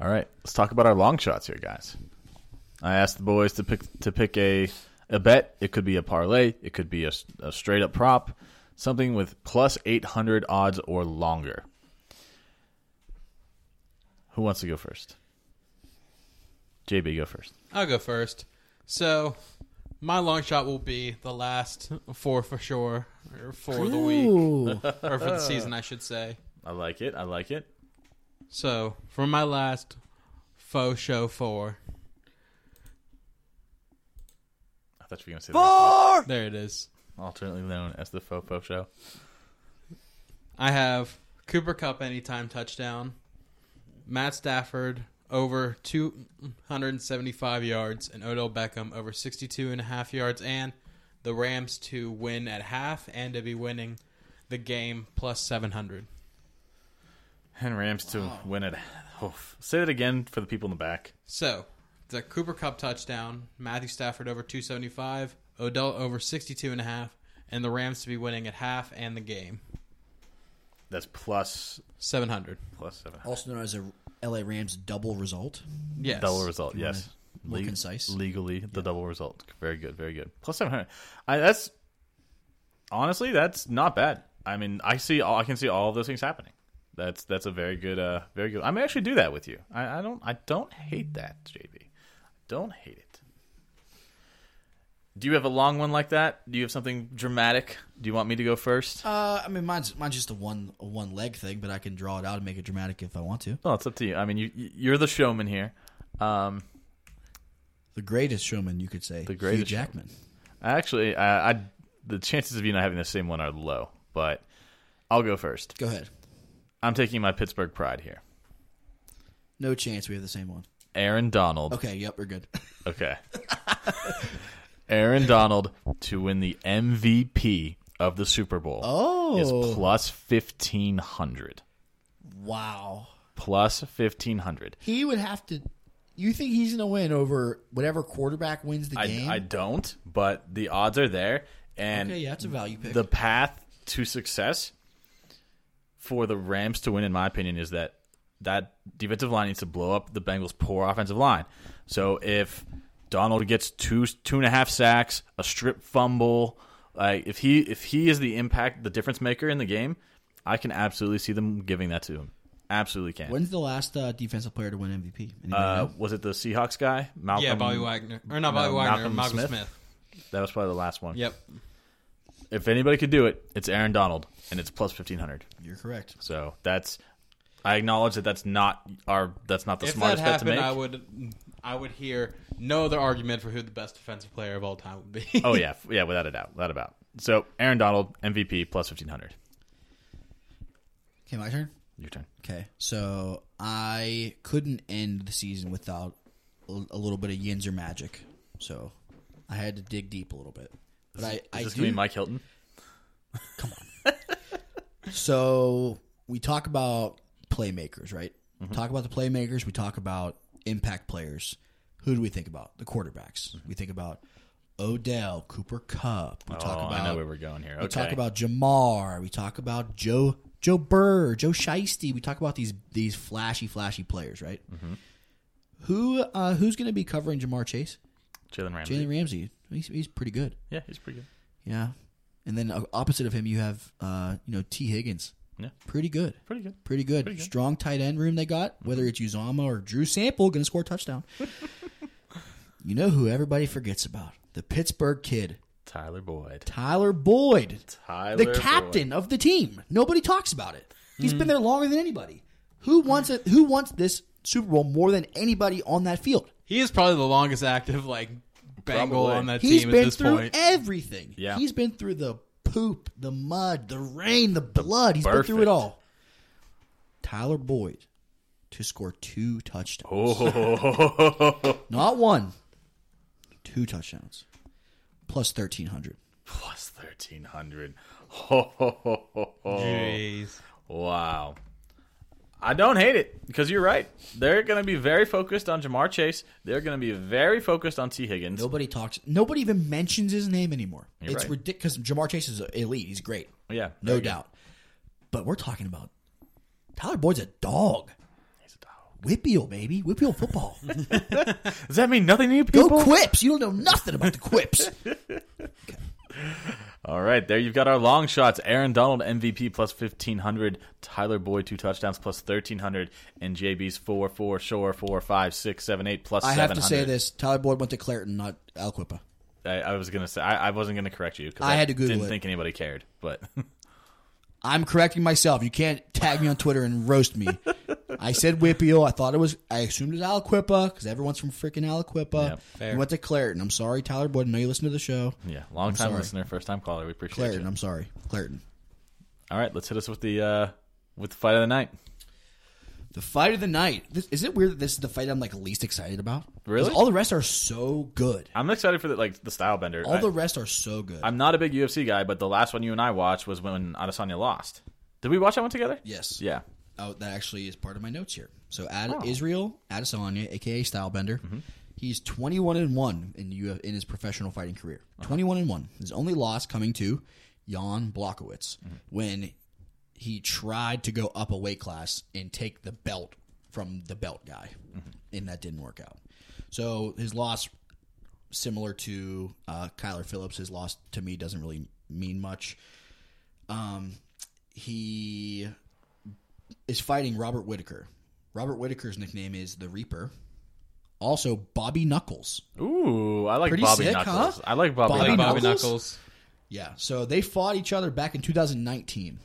All right, let's talk about our long shots here, guys. I asked the boys to pick to pick a a bet. It could be a parlay. It could be a, a straight up prop, something with plus eight hundred odds or longer. Who wants to go first? JB, go first.
I'll go first. So my long shot will be the last four for sure, or for the week, or for the season, I should say.
I like it. I like it.
So for my last faux show four,
I thought you were going to say the
there it is.
alternately known as the Fofo Show.
I have Cooper Cup anytime touchdown, Matt Stafford over 275 yards, and Odell Beckham over 62 and a half yards, and the Rams to win at half and to be winning the game plus 700.
And Rams to win it. Oh, say that again for the people in the back.
So, the Cooper Cup touchdown, Matthew Stafford over 275, Odell over 62 and a half, and the Rams to be winning at half and the game
That's plus
700.
plus seven.
Also known as a LA Rams double result.
Yes.
Double result, yes.
Oh, more concise?
Legally, the double result. Very good, very good. Plus 700. I, that's honestly, that's not bad. I mean, I see all, I can see all of those things happening. That's that's a very good, uh, very good. I may actually do that with you. I, I don't, I don't hate that, JB. Don't hate it. Do you have a long one like that? Do you have something dramatic? Do you want me to go first?
Uh, I mean, mine's mine's just a one a one leg thing, but I can draw it out and make it dramatic if I want to.
Well, it's up to you. I mean, you you're the showman here. Um,
The greatest showman, you could say. The
greatest
Hugh Jackman.
Actually, I, I the chances of you not having the same one are low, but I'll go first.
Go ahead.
I'm taking my Pittsburgh pride here.
No chance we have the same one.
Aaron Donald.
Okay, yep, we're good. *laughs*
Okay. *laughs* Aaron Donald to win the MVP of the Super Bowl
Oh.
is plus 1500.
Wow.
Plus 1500.
He would have to. You think he's going to win over whatever quarterback wins the
I,
game?
I don't, but the odds are there. And
okay, yeah, it's a value pick.
the path to success for the Rams to win, in my opinion, is that that defensive line needs to blow up the Bengals' poor offensive line. So if Donald gets two two and a half sacks, a strip fumble, like if he if he is the impact, the difference maker in the game, I can absolutely see them giving that to him. Absolutely can.
When's the last uh, defensive player to win MVP? Anybody
uh,
know?
was it the Seahawks guy, Malcolm?
yeah, Bobby Wagner. Or not Bobby
No,
Wagner,
Malcolm
Malcolm
Smith?
Smith.
That was probably the last one.
Yep.
If anybody could do it, it's Aaron Donald, and it's plus fifteen hundred.
You're correct.
So that's I acknowledge that that's not our that's not the
if that
smartest bet to
happened,
make.
I would I would hear no other argument for who the best defensive player of all time would be. *laughs*
Oh yeah, f- yeah, without a doubt, without a doubt. So Aaron Donald MVP plus fifteen hundred.
Okay, my turn.
Your turn.
Okay, so I couldn't end the season without a a little bit of Yinzer magic, so I had to dig deep a little bit. But I,
Is
I
this
do.
gonna be Mike Hilton?
so we talk about playmakers, right?
Mm-hmm.
Talk about the playmakers. We talk about impact players. Who do we think about? The quarterbacks.
Mm-hmm.
We think about Odell, Cooper Cup. We talk
oh,
about
I know where we're going here. Okay.
We talk about Jamar. We talk about Joe Joe Burr, Joe Shiesty. We talk about these these flashy, flashy players, right?
Mm-hmm.
Who uh, who's going to be covering Jamar Chase?
Jalen Ramsey.
Jalen Ramsey. He's, he's pretty good.
Yeah, he's pretty good.
Yeah. And then uh, opposite of him, you have uh, you know T Higgins.
Yeah.
Pretty good.
Pretty good.
Pretty good. Strong tight end room they got. Whether it's Uzama or Drew Sample, going to score a *laughs* touchdown. you know who everybody forgets about? The Pittsburgh kid,
Tyler Boyd.
*laughs* Tyler Boyd
Tyler
the captain of the team. Nobody talks about it. He's been there longer than anybody. Who wants it? Who wants this Super Bowl more than anybody on that field?
He is probably the longest active like Bengal
Probably.
on that
He's
team at
been
this
through
point.
everything.
Yeah.
he's been through the poop, the mud, the rain, the blood. He's been through
perfect.
it all. Tyler Boyd to score two touchdowns.
Oh,
Not one, two touchdowns, plus thirteen hundred.
plus thirteen hundred. Ho ho ho ho ho.
Jeez.
*laughs* Wow. I don't hate it because you're right. They're going to be very focused on Jamar Chase. They're going to be very focused on T. Higgins.
Nobody talks. Nobody even mentions his name anymore.
You're
it's
right.
ridiculous. Jamar Chase is elite. He's great.
Yeah,
no doubt. But we're talking about Tyler Boyd's a dog.
He's a dog.
Whippeal, baby. Whippeal
*laughs*
football.
Does that mean nothing to you
Go
people?
Quips. You don't know nothing about
*laughs*
the Quips.
All right, there you've got our long shots. Aaron Donald MVP plus 1500, Tyler Boyd two touchdowns plus 1300 and JB's 4 4 Shore 4 5 6 7 8 plus
I have to say
700.
this. Tyler Boyd went to Clareton, not Alquippa.
I, I was going to say I, I wasn't going to correct you cuz
I had to Google
didn't
it.
think anybody cared, but *laughs*
I'm correcting myself. You can't tag me on Twitter and roast me. I said Whippeal. I thought it was, I assumed it was Aliquippa because everyone's from freaking Aliquippa.
Yep.
You went to Clareton. I'm sorry, Tyler Boyd. I know you listen to the show.
yeah, long time
sorry.
listener, first time caller. We appreciate
Clareton.
you.
I'm sorry. Clareton.
All right, let's hit us with the uh with the fight of the night.
The fight of the night. This, is it weird that this is the fight I'm like least excited about? 'Cause
Really?
All the rest are so good.
I'm excited for the like the style bender.
All
I-
the rest are so good.
I'm not a big UFC guy, but the last one you and I watched was when Adesanya lost. Did we watch that one together?
yes.
Yeah.
Oh, that actually is part of my notes here. So Ad- Israel Adesanya, aka Stylebender, he's 21 and one in U- in his professional fighting career. 21 and one. His only loss coming to Jan Blokowicz when he tried to go up a weight class and take the belt from the belt guy, and that didn't work out. So his loss similar to uh, Kyler Phillips. His loss to me doesn't really mean much. Um, he is fighting Robert Whitaker. Robert Whitaker's nickname is the Reaper. Also, Bobby Knuckles.
Ooh, I like
Pretty
Bobby
sick,
Knuckles.
huh?
I like Bobby,
Bobby
Like
Knuckles.
Bobby
Knuckles?
Knuckles.
Yeah, so they fought each other back in 2019.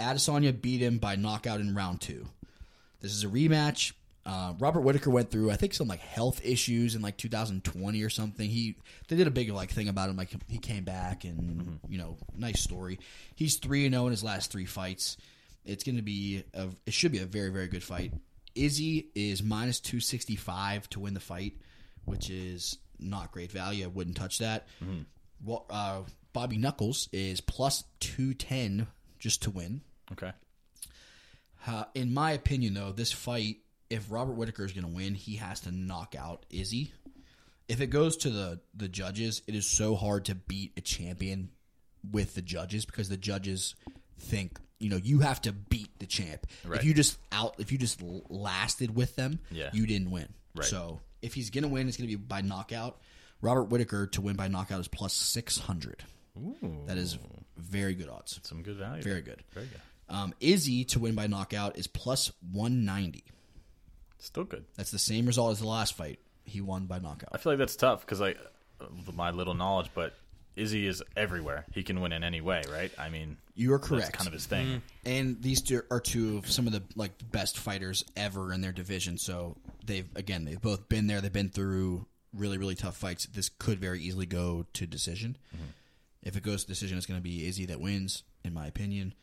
Adesanya beat him by knockout in round two. This is a rematch. Uh, Robert Whitaker went through, I think, some like health issues in like 2020 or something. He they did a big like thing about him. Like he came back, and you know, nice story. He's three and zero in his last three fights. It's going to be a, it should be a very very good fight. Izzy is minus 265 to win the fight, which is not great value. I wouldn't touch that. Wa- uh, Bobby Knuckles is plus 210 just to win.
Okay.
Uh, in my opinion, though, this fight, if Robert Whitaker is going to win, he has to knock out Izzy. If it goes to the the judges, it is so hard to beat a champion with the judges because the judges think you know you have to beat the champ.
Right.
If you just out, if you just l- lasted with them,
Yeah.
you didn't win.
Right.
So if he's going to win, it's going to be by knockout. Robert Whitaker to win by knockout is plus six hundred. That is very good odds.
Some good value.
Very good. Very good. Um, Izzy to win by knockout is plus 190.
Still good.
That's the same result as the last fight. He won by
I
knockout.
feel like that's tough because like uh, with my little knowledge, but Izzy is everywhere. He can win in any way, right? I mean,
You are
that's
correct.
kind of his thing.
and these two are two of some of the like best fighters ever in their division. So they've again they've both been there. They've been through really really tough fights. This could very easily go to decision.
Mm-hmm.
If it goes to decision, it's going to be Izzy that wins, in my opinion.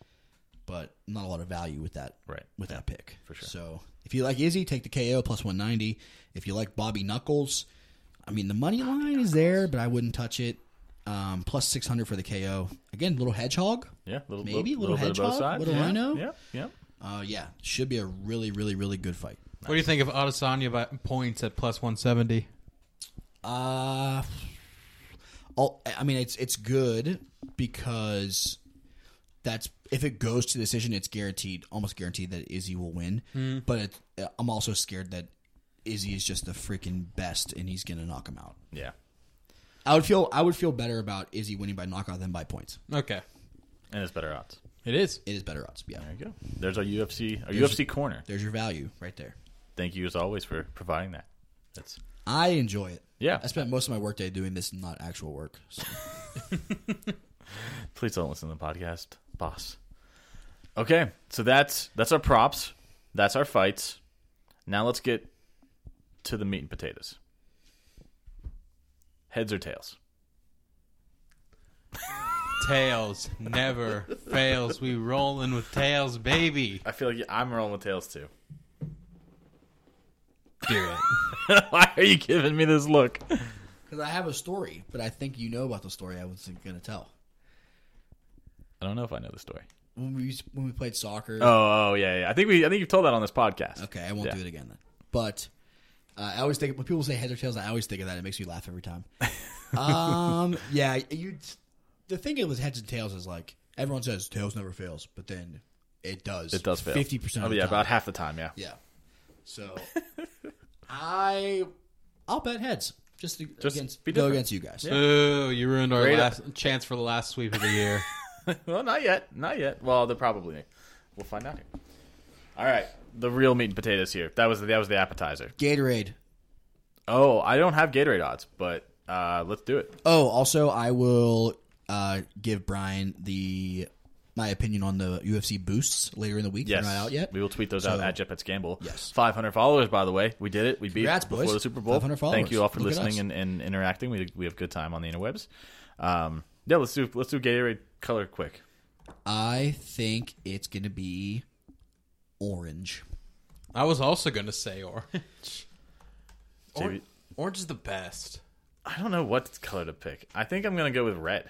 But not a lot of value with that
Right.
with that pick for
sure.
So if you like Izzy, take the KO plus one ninety. If you like Bobby Knuckles, I mean the money line is there, but I wouldn't touch it. Um, plus six hundred for the KO. Again, little hedgehog.
Yeah, little,
Maybe,
little,
little
bit of both
hedgehog,
sides.
little
yeah,
rhino.
Yeah, yeah.
Uh, yeah, should be a really, really, really good fight.
What do you think of Adesanya by points at plus 170?
Uh, all, I mean, it's it's good because that's if it goes to decision, it's guaranteed, almost guaranteed that Izzy will win. But it, uh, I'm also scared that Izzy is just the freaking best, and he's gonna knock him out.
Yeah.
I would feel I would feel better about Izzy winning by knockout than by points.
Okay.
And it's better odds.
It is.
It is better odds. Yeah,
There you go. There's our UFC, our UFC corner.
there's your value right there.
Thank you as always for providing that. That's
I enjoy it.
Yeah.
I spent most of my workday doing this, not actual work. So.
please don't listen to the podcast, boss. Okay, so that's that's our props. That's our fights. Now let's get to the meat and potatoes. Heads or tails?
Tails
*laughs*
never fails. We rolling with tails, baby.
I feel like I'm rolling with tails too.
Do it.
*laughs* Why are you giving me this look?
Because I have a story, but I think you know about the story I was going to tell.
I don't know if I know the story.
When we when we played soccer.
Oh, oh yeah, yeah. I think we I think you've told that on this podcast.
Okay, I won't
Yeah.
do it again then. But uh, I always think when people say heads or tails, I always think of that. It makes me laugh
*laughs*
every time. um, yeah, you. The thing it was heads and tails is like everyone says tails never fails, but then it does.
It does fail.
Fifty percent.
Oh,
of the
yeah,
time.
about half the time. Yeah.
Yeah.
*laughs*
So I I'll bet heads just to,
Just
against
be
go
different.
against you guys.
Ooh, you ruined our
Great.
last chance for the last sweep of
*laughs*
the year.
Well, not yet. Not yet. Well, they're probably. We'll find out here. All right, the real meat and potatoes here. That was that was the appetizer.
Gatorade.
Oh, I don't have Gatorade odds, but uh, let's do it.
Oh, also, I will uh, give Brian the my opinion on the UFC boosts later in the week. They're
Yes,
not out yet.
we will tweet those out
So-
at Jetpets Gamble.
Yes.
500 followers, by the way. We did it. We beat
Congrats,
it before
boys.
the Super Bowl.
500 followers.
Thank you all for
Look at
listening
us.
and, and interacting. We, we have good time on the interwebs. Um, yeah, let's do let's do Gatorade color quick.
I think it's going to be orange.
I was also going to say orange.
JB
Or- *laughs* orange is the best.
I don't know what color to pick. I think I'm gonna go with red.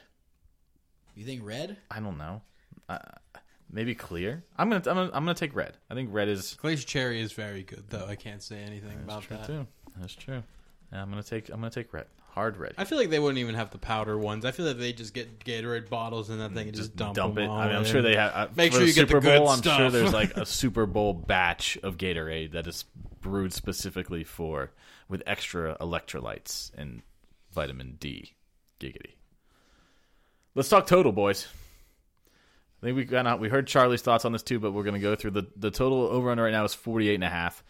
You think red?
I don't know. Uh, maybe clear. I'm gonna, I'm gonna I'm gonna take red. I think red is
Glacier cherry is very good, though. I can't say anything about that.
too. That's true. Yeah, I'm gonna take I'm gonna take red. Hard red.
I feel like they wouldn't even have the powder ones. I feel like they just get Gatorade bottles and then they can just, dump,
Dump
them
it.
all
I mean, I'm
in.
sure they have. Uh,
Make
for
sure you get the
Super
good
Bowl, I'm sure
stuff. *laughs*
there's like a Super Bowl batch of Gatorade that is brewed specifically for with extra electrolytes and vitamin D. Giggity. Let's talk total, boys. I think we got out. We heard Charlie's thoughts on this too, but we're going to go through the the total over under right now is 48 and a half.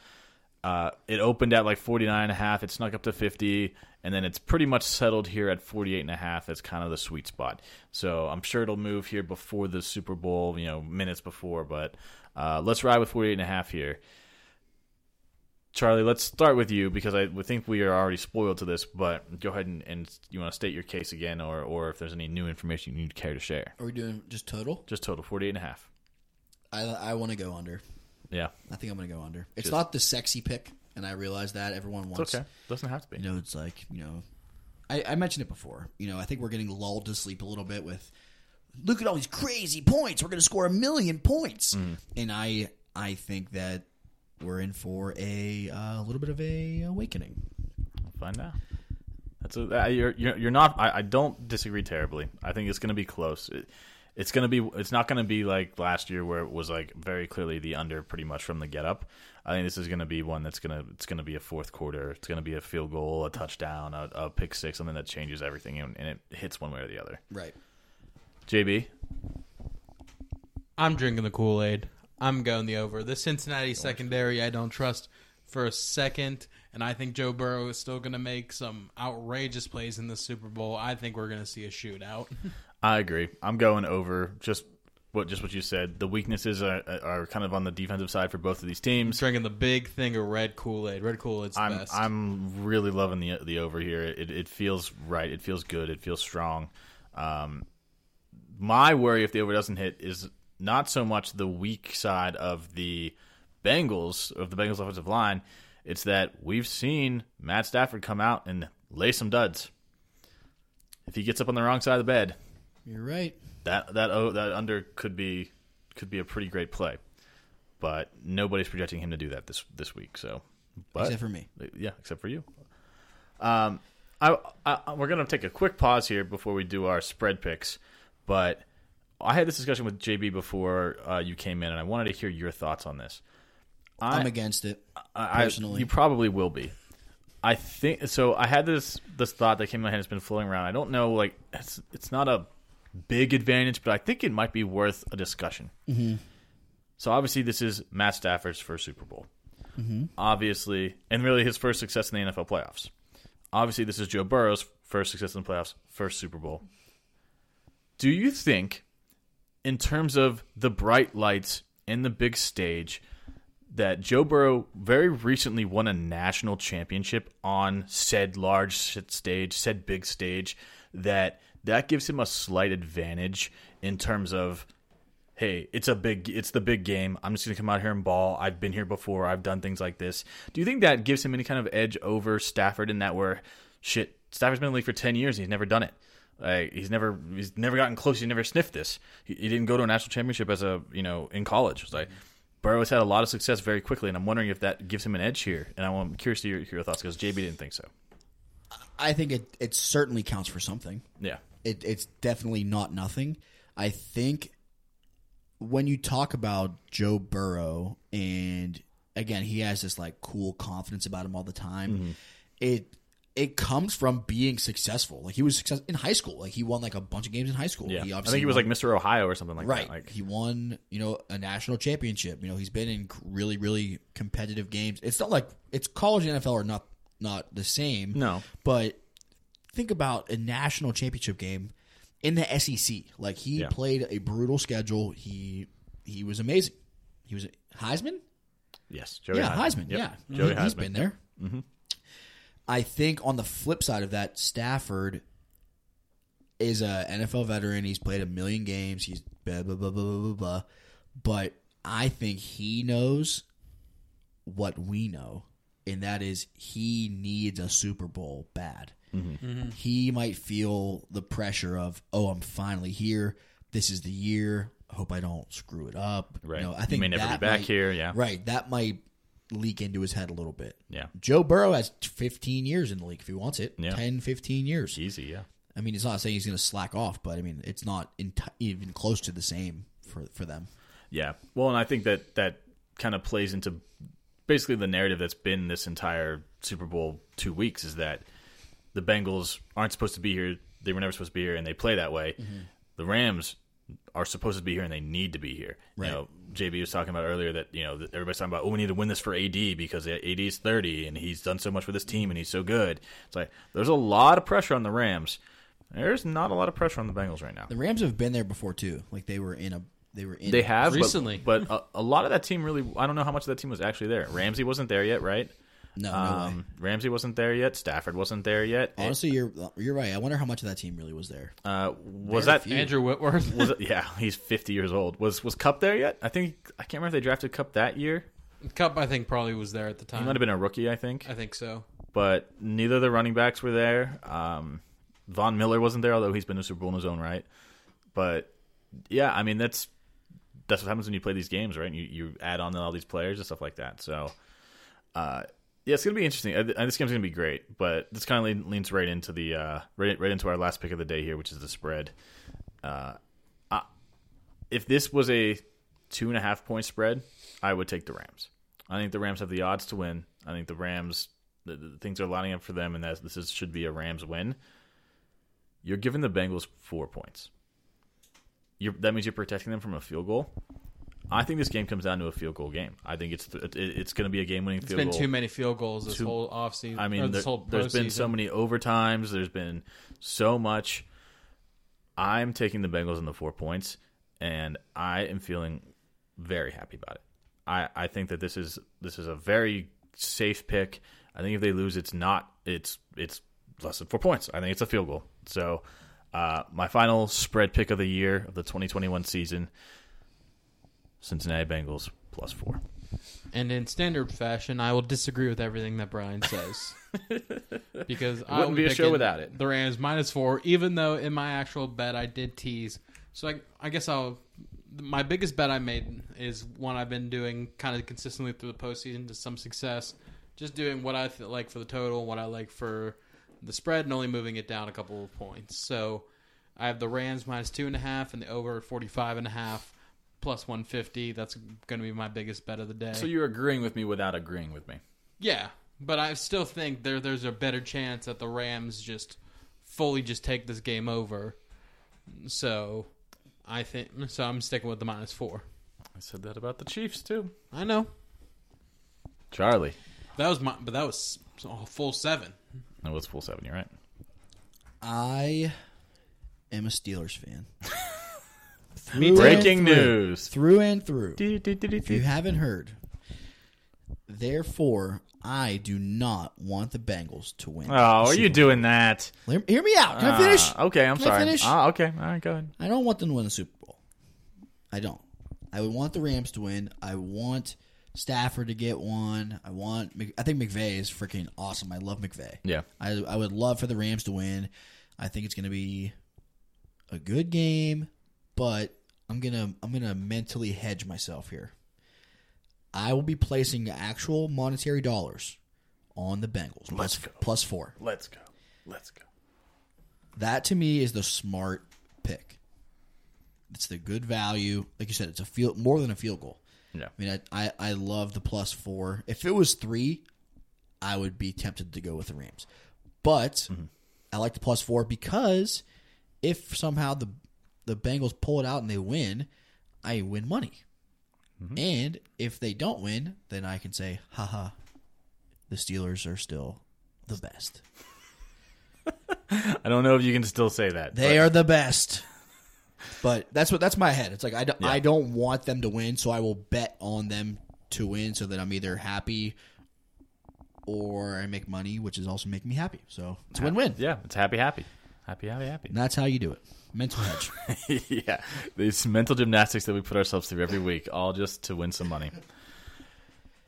Uh, it opened at like 49 and a half. It snuck up to 50 and then it's pretty much settled here at 48 and a half. That's kind of the sweet spot. So I'm sure it'll move here before the Super Bowl, you know, minutes before, but uh, let's ride with 48 and a half here. Charlie, let's start with you because I would think we are already spoiled to this, but go ahead and, and you want to state your case again or, or if there's any new information you need care to share.
Are we doing just total?
Just total 48 and a half.
I I want to go under.
Yeah.
I think I'm going to go under. It's not the sexy pick, and I realize that everyone wants.
It's okay. Doesn't have to be.
You know, it's like you know, I, I mentioned it before. You know, I think we're getting lulled to sleep a little bit with, look at all these crazy points. We're going to score a million points, and I I think that we're in for a uh, little bit of a awakening.
Find out. That's a, uh, you're, you're you're not. I, I don't disagree terribly. I think it's going to be close. It, it's going to be. It's not going to be like last year where it was like very clearly the under pretty much from the get up. I think this is going to be one that's going to. It's going to be a fourth quarter. It's going to be a field goal, a touchdown, a, a pick six, something that changes everything and, and it hits one way or the other.
Right.
JB,
I'm drinking the Kool Aid. I'm going the over. The Cincinnati secondary, I don't trust for a second, and I think Joe Burrow is still going to make some outrageous plays in the Super Bowl. I think we're going to see
*laughs*
a shootout.
I agree. I'm going over just what just what you said. The weaknesses are are kind of on the defensive side for both of these teams.
drinking the big thing of red Kool Aid. Red Kool Aid's the
I'm
best.
I'm really loving the the over here. It it feels right. It feels good. It feels strong. Um, my worry if the over doesn't hit is not so much the weak side of the Bengals of the Bengals offensive line. It's that we've seen Matt Stafford come out and lay some duds. If he gets up on the wrong side of the bed,
You're right.
that that oh, that under could be could be a pretty great play, but nobody's projecting him to do that this this week. So, but,
Except for me.
yeah, except for you. Um, I, I I- we're gonna take a quick pause here before we do our spread picks, but I had this discussion with JB before uh, you came in, and I wanted to hear your thoughts on this.
I, am against it
I-
personally.
you probably will be. I think so. I had this this thought that came in my head. It's been floating around. I don't know. Like it's it's not a big advantage, but I think it might be worth a discussion. Mm-hmm. So obviously, this is Matt Stafford's first Super Bowl. Obviously, and really his first success in the NFL playoffs. Obviously, this is Joe Burrow's first success in the playoffs, first Super Bowl. Do you think, in terms of the bright lights and the big stage, that Joe Burrow very recently won a national championship on said large shit stage, said big stage, that that gives him a slight advantage in terms of hey, it's a big it's the big game. I'm just going to come out here and ball. I've been here before. I've done things like this. Do you think that gives him any kind of edge over Stafford in that where shit, Stafford's been in the league for 10 years and he's never done it. Like he's never he's never gotten close. He's never sniffed this. He, he didn't go to a national championship as a, you know, in college. It's like Burrow's had a lot of success very quickly, and I'm wondering if that gives him an edge here. And I'm curious to hear, hear your thoughts because JB didn't think so.
I think it it certainly counts for something.
Yeah,
it, it's definitely not nothing. I think when you talk about Joe Burrow, and again, he has this like cool confidence about him all the time.
Mm-hmm.
It it comes from being successful. Like he was success in high school. Like he won like a bunch of games in high school.
yeah.
He
I
obviously
think he was
won-
like Mr. Ohio or something like
right.
that. Like,
he won, you know, a national championship. You know, he's been in really, really competitive games. It's not like it's college and NFL are not not the same.
No.
but think about a national championship game in the SEC. Like he
Yeah.
played a brutal schedule. He he was amazing. He was Heisman.
yes, Joey
yeah,
Yep.
Heisman. Yeah,
Joey
He-
Heisman.
he's
Mm-hmm.
been there. I think on the flip side of that, Stafford is a NFL veteran. He's played a million games. He's blah blah blah blah blah blah. blah. But I think he knows what we know, and that is he needs a Super Bowl bad.
Mm-hmm.
He might feel the pressure of, oh, I'm finally here. This is the year. I hope I don't screw it up.
Right.
You know, I
You
think
may never be
that
back
might-
here, yeah.
Right. That might leak into his head a little bit.
Yeah,
Joe Burrow has 15 years in the league if he wants it.
Yeah.
10, 15 years.
easy. Yeah,
I mean, it's not saying he's going to slack off, but I mean, it's not in even close to the same for for them.
yeah. Well, and I think that that kind of plays into basically the narrative that's been this entire Super Bowl two weeks is that the Bengals aren't supposed to be here. They were never supposed to be here, and they play that way. The Rams are supposed to be here, and they need to be here.
Right.
You know, JB was talking about earlier that you know that everybody's talking about, oh, we need to win this for AD because AD is thirty and he's done so much for this team and he's so good. It's like there's a lot of pressure on the Rams. There's not a lot of pressure on the Bengals right now.
The Rams have been there before too. Like they were in a they were in
They have *laughs* but-
Recently.
but, a, a lot of that team really. I don't know how much of that team was actually there. Ramsey wasn't there yet, right?
No, no
um, Ramsey wasn't there yet. Stafford wasn't there yet. It-
Honestly, you're you're right. I wonder how much of that team really was there.
uh, was that
*laughs*
Andrew Whitworth. *laughs*
Was it, yeah, he's 50 years old. Was was Cup there yet? I think I can't remember if they drafted Cup that year.
Cup, I think, probably was there at the
Uh,
He
time.
might have been a rookie, I think.
I think so.
But neither of the running backs were there. Um, Von Miller wasn't there, although he's been a Super Bowl in his own right. But yeah, I mean that's that's what happens when you play these games, right? You you add on all these players and stuff like that. So uh, yeah, it's gonna be interesting. Uh, this game's gonna be great, but this kind of lean, leans right into the uh, right right into our last pick of the day here, which is the spread. Uh, I- if this was a two and a half point spread, I would take the Rams. I think the Rams have the odds to win. I think the Rams the, the things are lining up for them, and that this is, should be a Rams win. You're giving the Bengals four points. You're, that means you're protecting them from a field goal. I think this game comes down to a field goal game. I think it's th- it, it's going to be a game winning
It's
field
been
goal.
too many field goals this
Too-
whole offseason.
I
or
mean, there,
this whole
has been
postseason.
so many overtimes. There's been so much. I'm taking the Bengals in the four points, and I am feeling very happy about it. I, I think that this is this is a very safe pick. I think if they lose, it's not it's it's less than four points. I think it's a field goal. So, uh, my final spread pick of the year of the 2021 season: Cincinnati Bengals plus four.
And in standard fashion, I will disagree with everything that
*laughs*
Brian says. because I
wouldn't
will
be a show
picking
without it.
The Rams minus four, even though in my actual bet I did tease. So I, I guess I'll. My biggest bet I made is one I've been doing kind of consistently through the postseason to some success. Just doing what I th- like for the total, what I like for the spread, and only moving it down a couple of points. So I have the Rams minus two and a half and the over forty five and a half plus one fifty. That's going to be my biggest bet of the day.
So you're agreeing with me without agreeing with me.
Yeah, but I still think there there's a better chance that the Rams just fully just take this game over. So I think so. I'm sticking with the minus four.
I said that about the Chiefs too.
I know
Charlie.
that was my, but that was a full seven.
No, it was full seven. You're right.
I am a Steelers fan.
too.
and
Breaking
through.
news.
Through and through. If you haven't heard, therefore, I do not want the Bengals to win.
Oh, are you doing that?
Hear- Hear me out. Can I finish?
Ah, okay, I'm
Can I
sorry.
finish?
Ah, okay, all right, go ahead.
I don't want them to win the Super Bowl. I don't. I would want the Rams to win. I want Stafford to get one. I want. Mc- I think McVay is freaking awesome. I love McVay.
Yeah.
I I would love for the Rams to win. I think it's going to be a good game, but I'm gonna I'm gonna mentally hedge myself here. I will be placing actual monetary dollars on the Bengals plus- plus four.
Let's go. Let's go.
That to me is the smart pick. It's the good value. Like you said, it's a field more than a field goal.
Yeah.
I mean, I, I, I love the plus four. If it was three, I would be tempted to go with the Rams. But I like the plus four because if somehow the the Bengals pull it out and they win, I win money. And if they don't win, then I can say, haha, the Steelers are still the best.
I don't know if you can still say that.
They
but-
are the best. But that's what that's my head. It's like I don't, I don't want them to win, so I will bet on them to win so that I'm either happy or I make money, which is also making me happy. So it's a win-win.
Yeah, it's happy, happy, happy, happy, happy.
And that's how you do it. Mental
*laughs*
hedge.
yeah, these mental gymnastics that we put ourselves through every week, all just to win some money.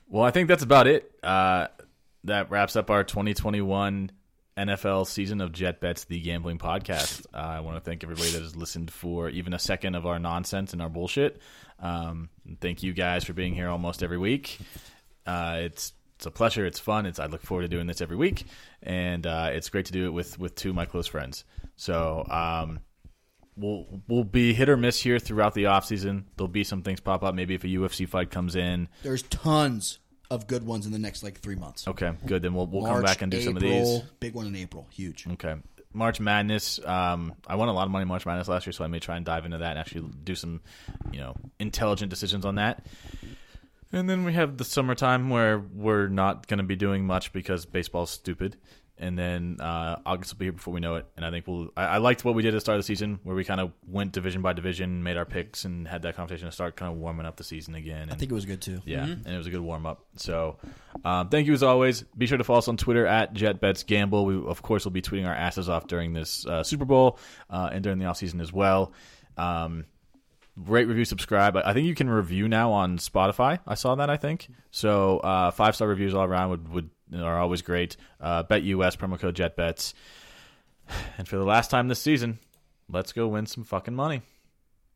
Well, I think that's about it. Uh, that wraps up our 2021 NFL season of Jet Bets, the gambling podcast. Uh, I want to thank everybody that has listened for even a second of our nonsense and our bullshit. Um, thank you guys for being here almost every week. Uh, it's it's a pleasure. It's fun. It's I look forward to doing this every week, and uh, it's great to do it with with two of my close friends. So. Um, we'll we'll be hit or miss here throughout the offseason. There'll be some things pop up. Maybe if a UFC fight comes in,
There's tons of good ones in the next like three months.
okay, good. Then we'll we'll come
March,
back and do some of
April,
these.
Big one in April. Huge.
Okay. March Madness. Um, I won a lot of money in March Madness last year, so I may try and dive into that and actually do some, you know, intelligent decisions on that. And then we have the summertime where we're not going to be doing much because baseball's stupid. and then uh, August will be here before we know it. And I think we'll. I, I liked what we did at the start of the season, where we kind of went division by division, made our picks, and had that conversation to start kind of warming up the season again. And,
I think it was good too.
yeah, and it was a good warm up. So, um, thank you as always. Be sure to follow us on Twitter at JetBetsGamble. We of course will be tweeting our asses off during this uh, Super Bowl uh, and during the off season as well. Um, rate, review, subscribe. I I think you can review now on Spotify. I saw that. I think so. Uh, Five star reviews all around would would are always great. Uh, Bet US promo *sighs* code JetBets. And for the last time this season, let's go win some fucking money.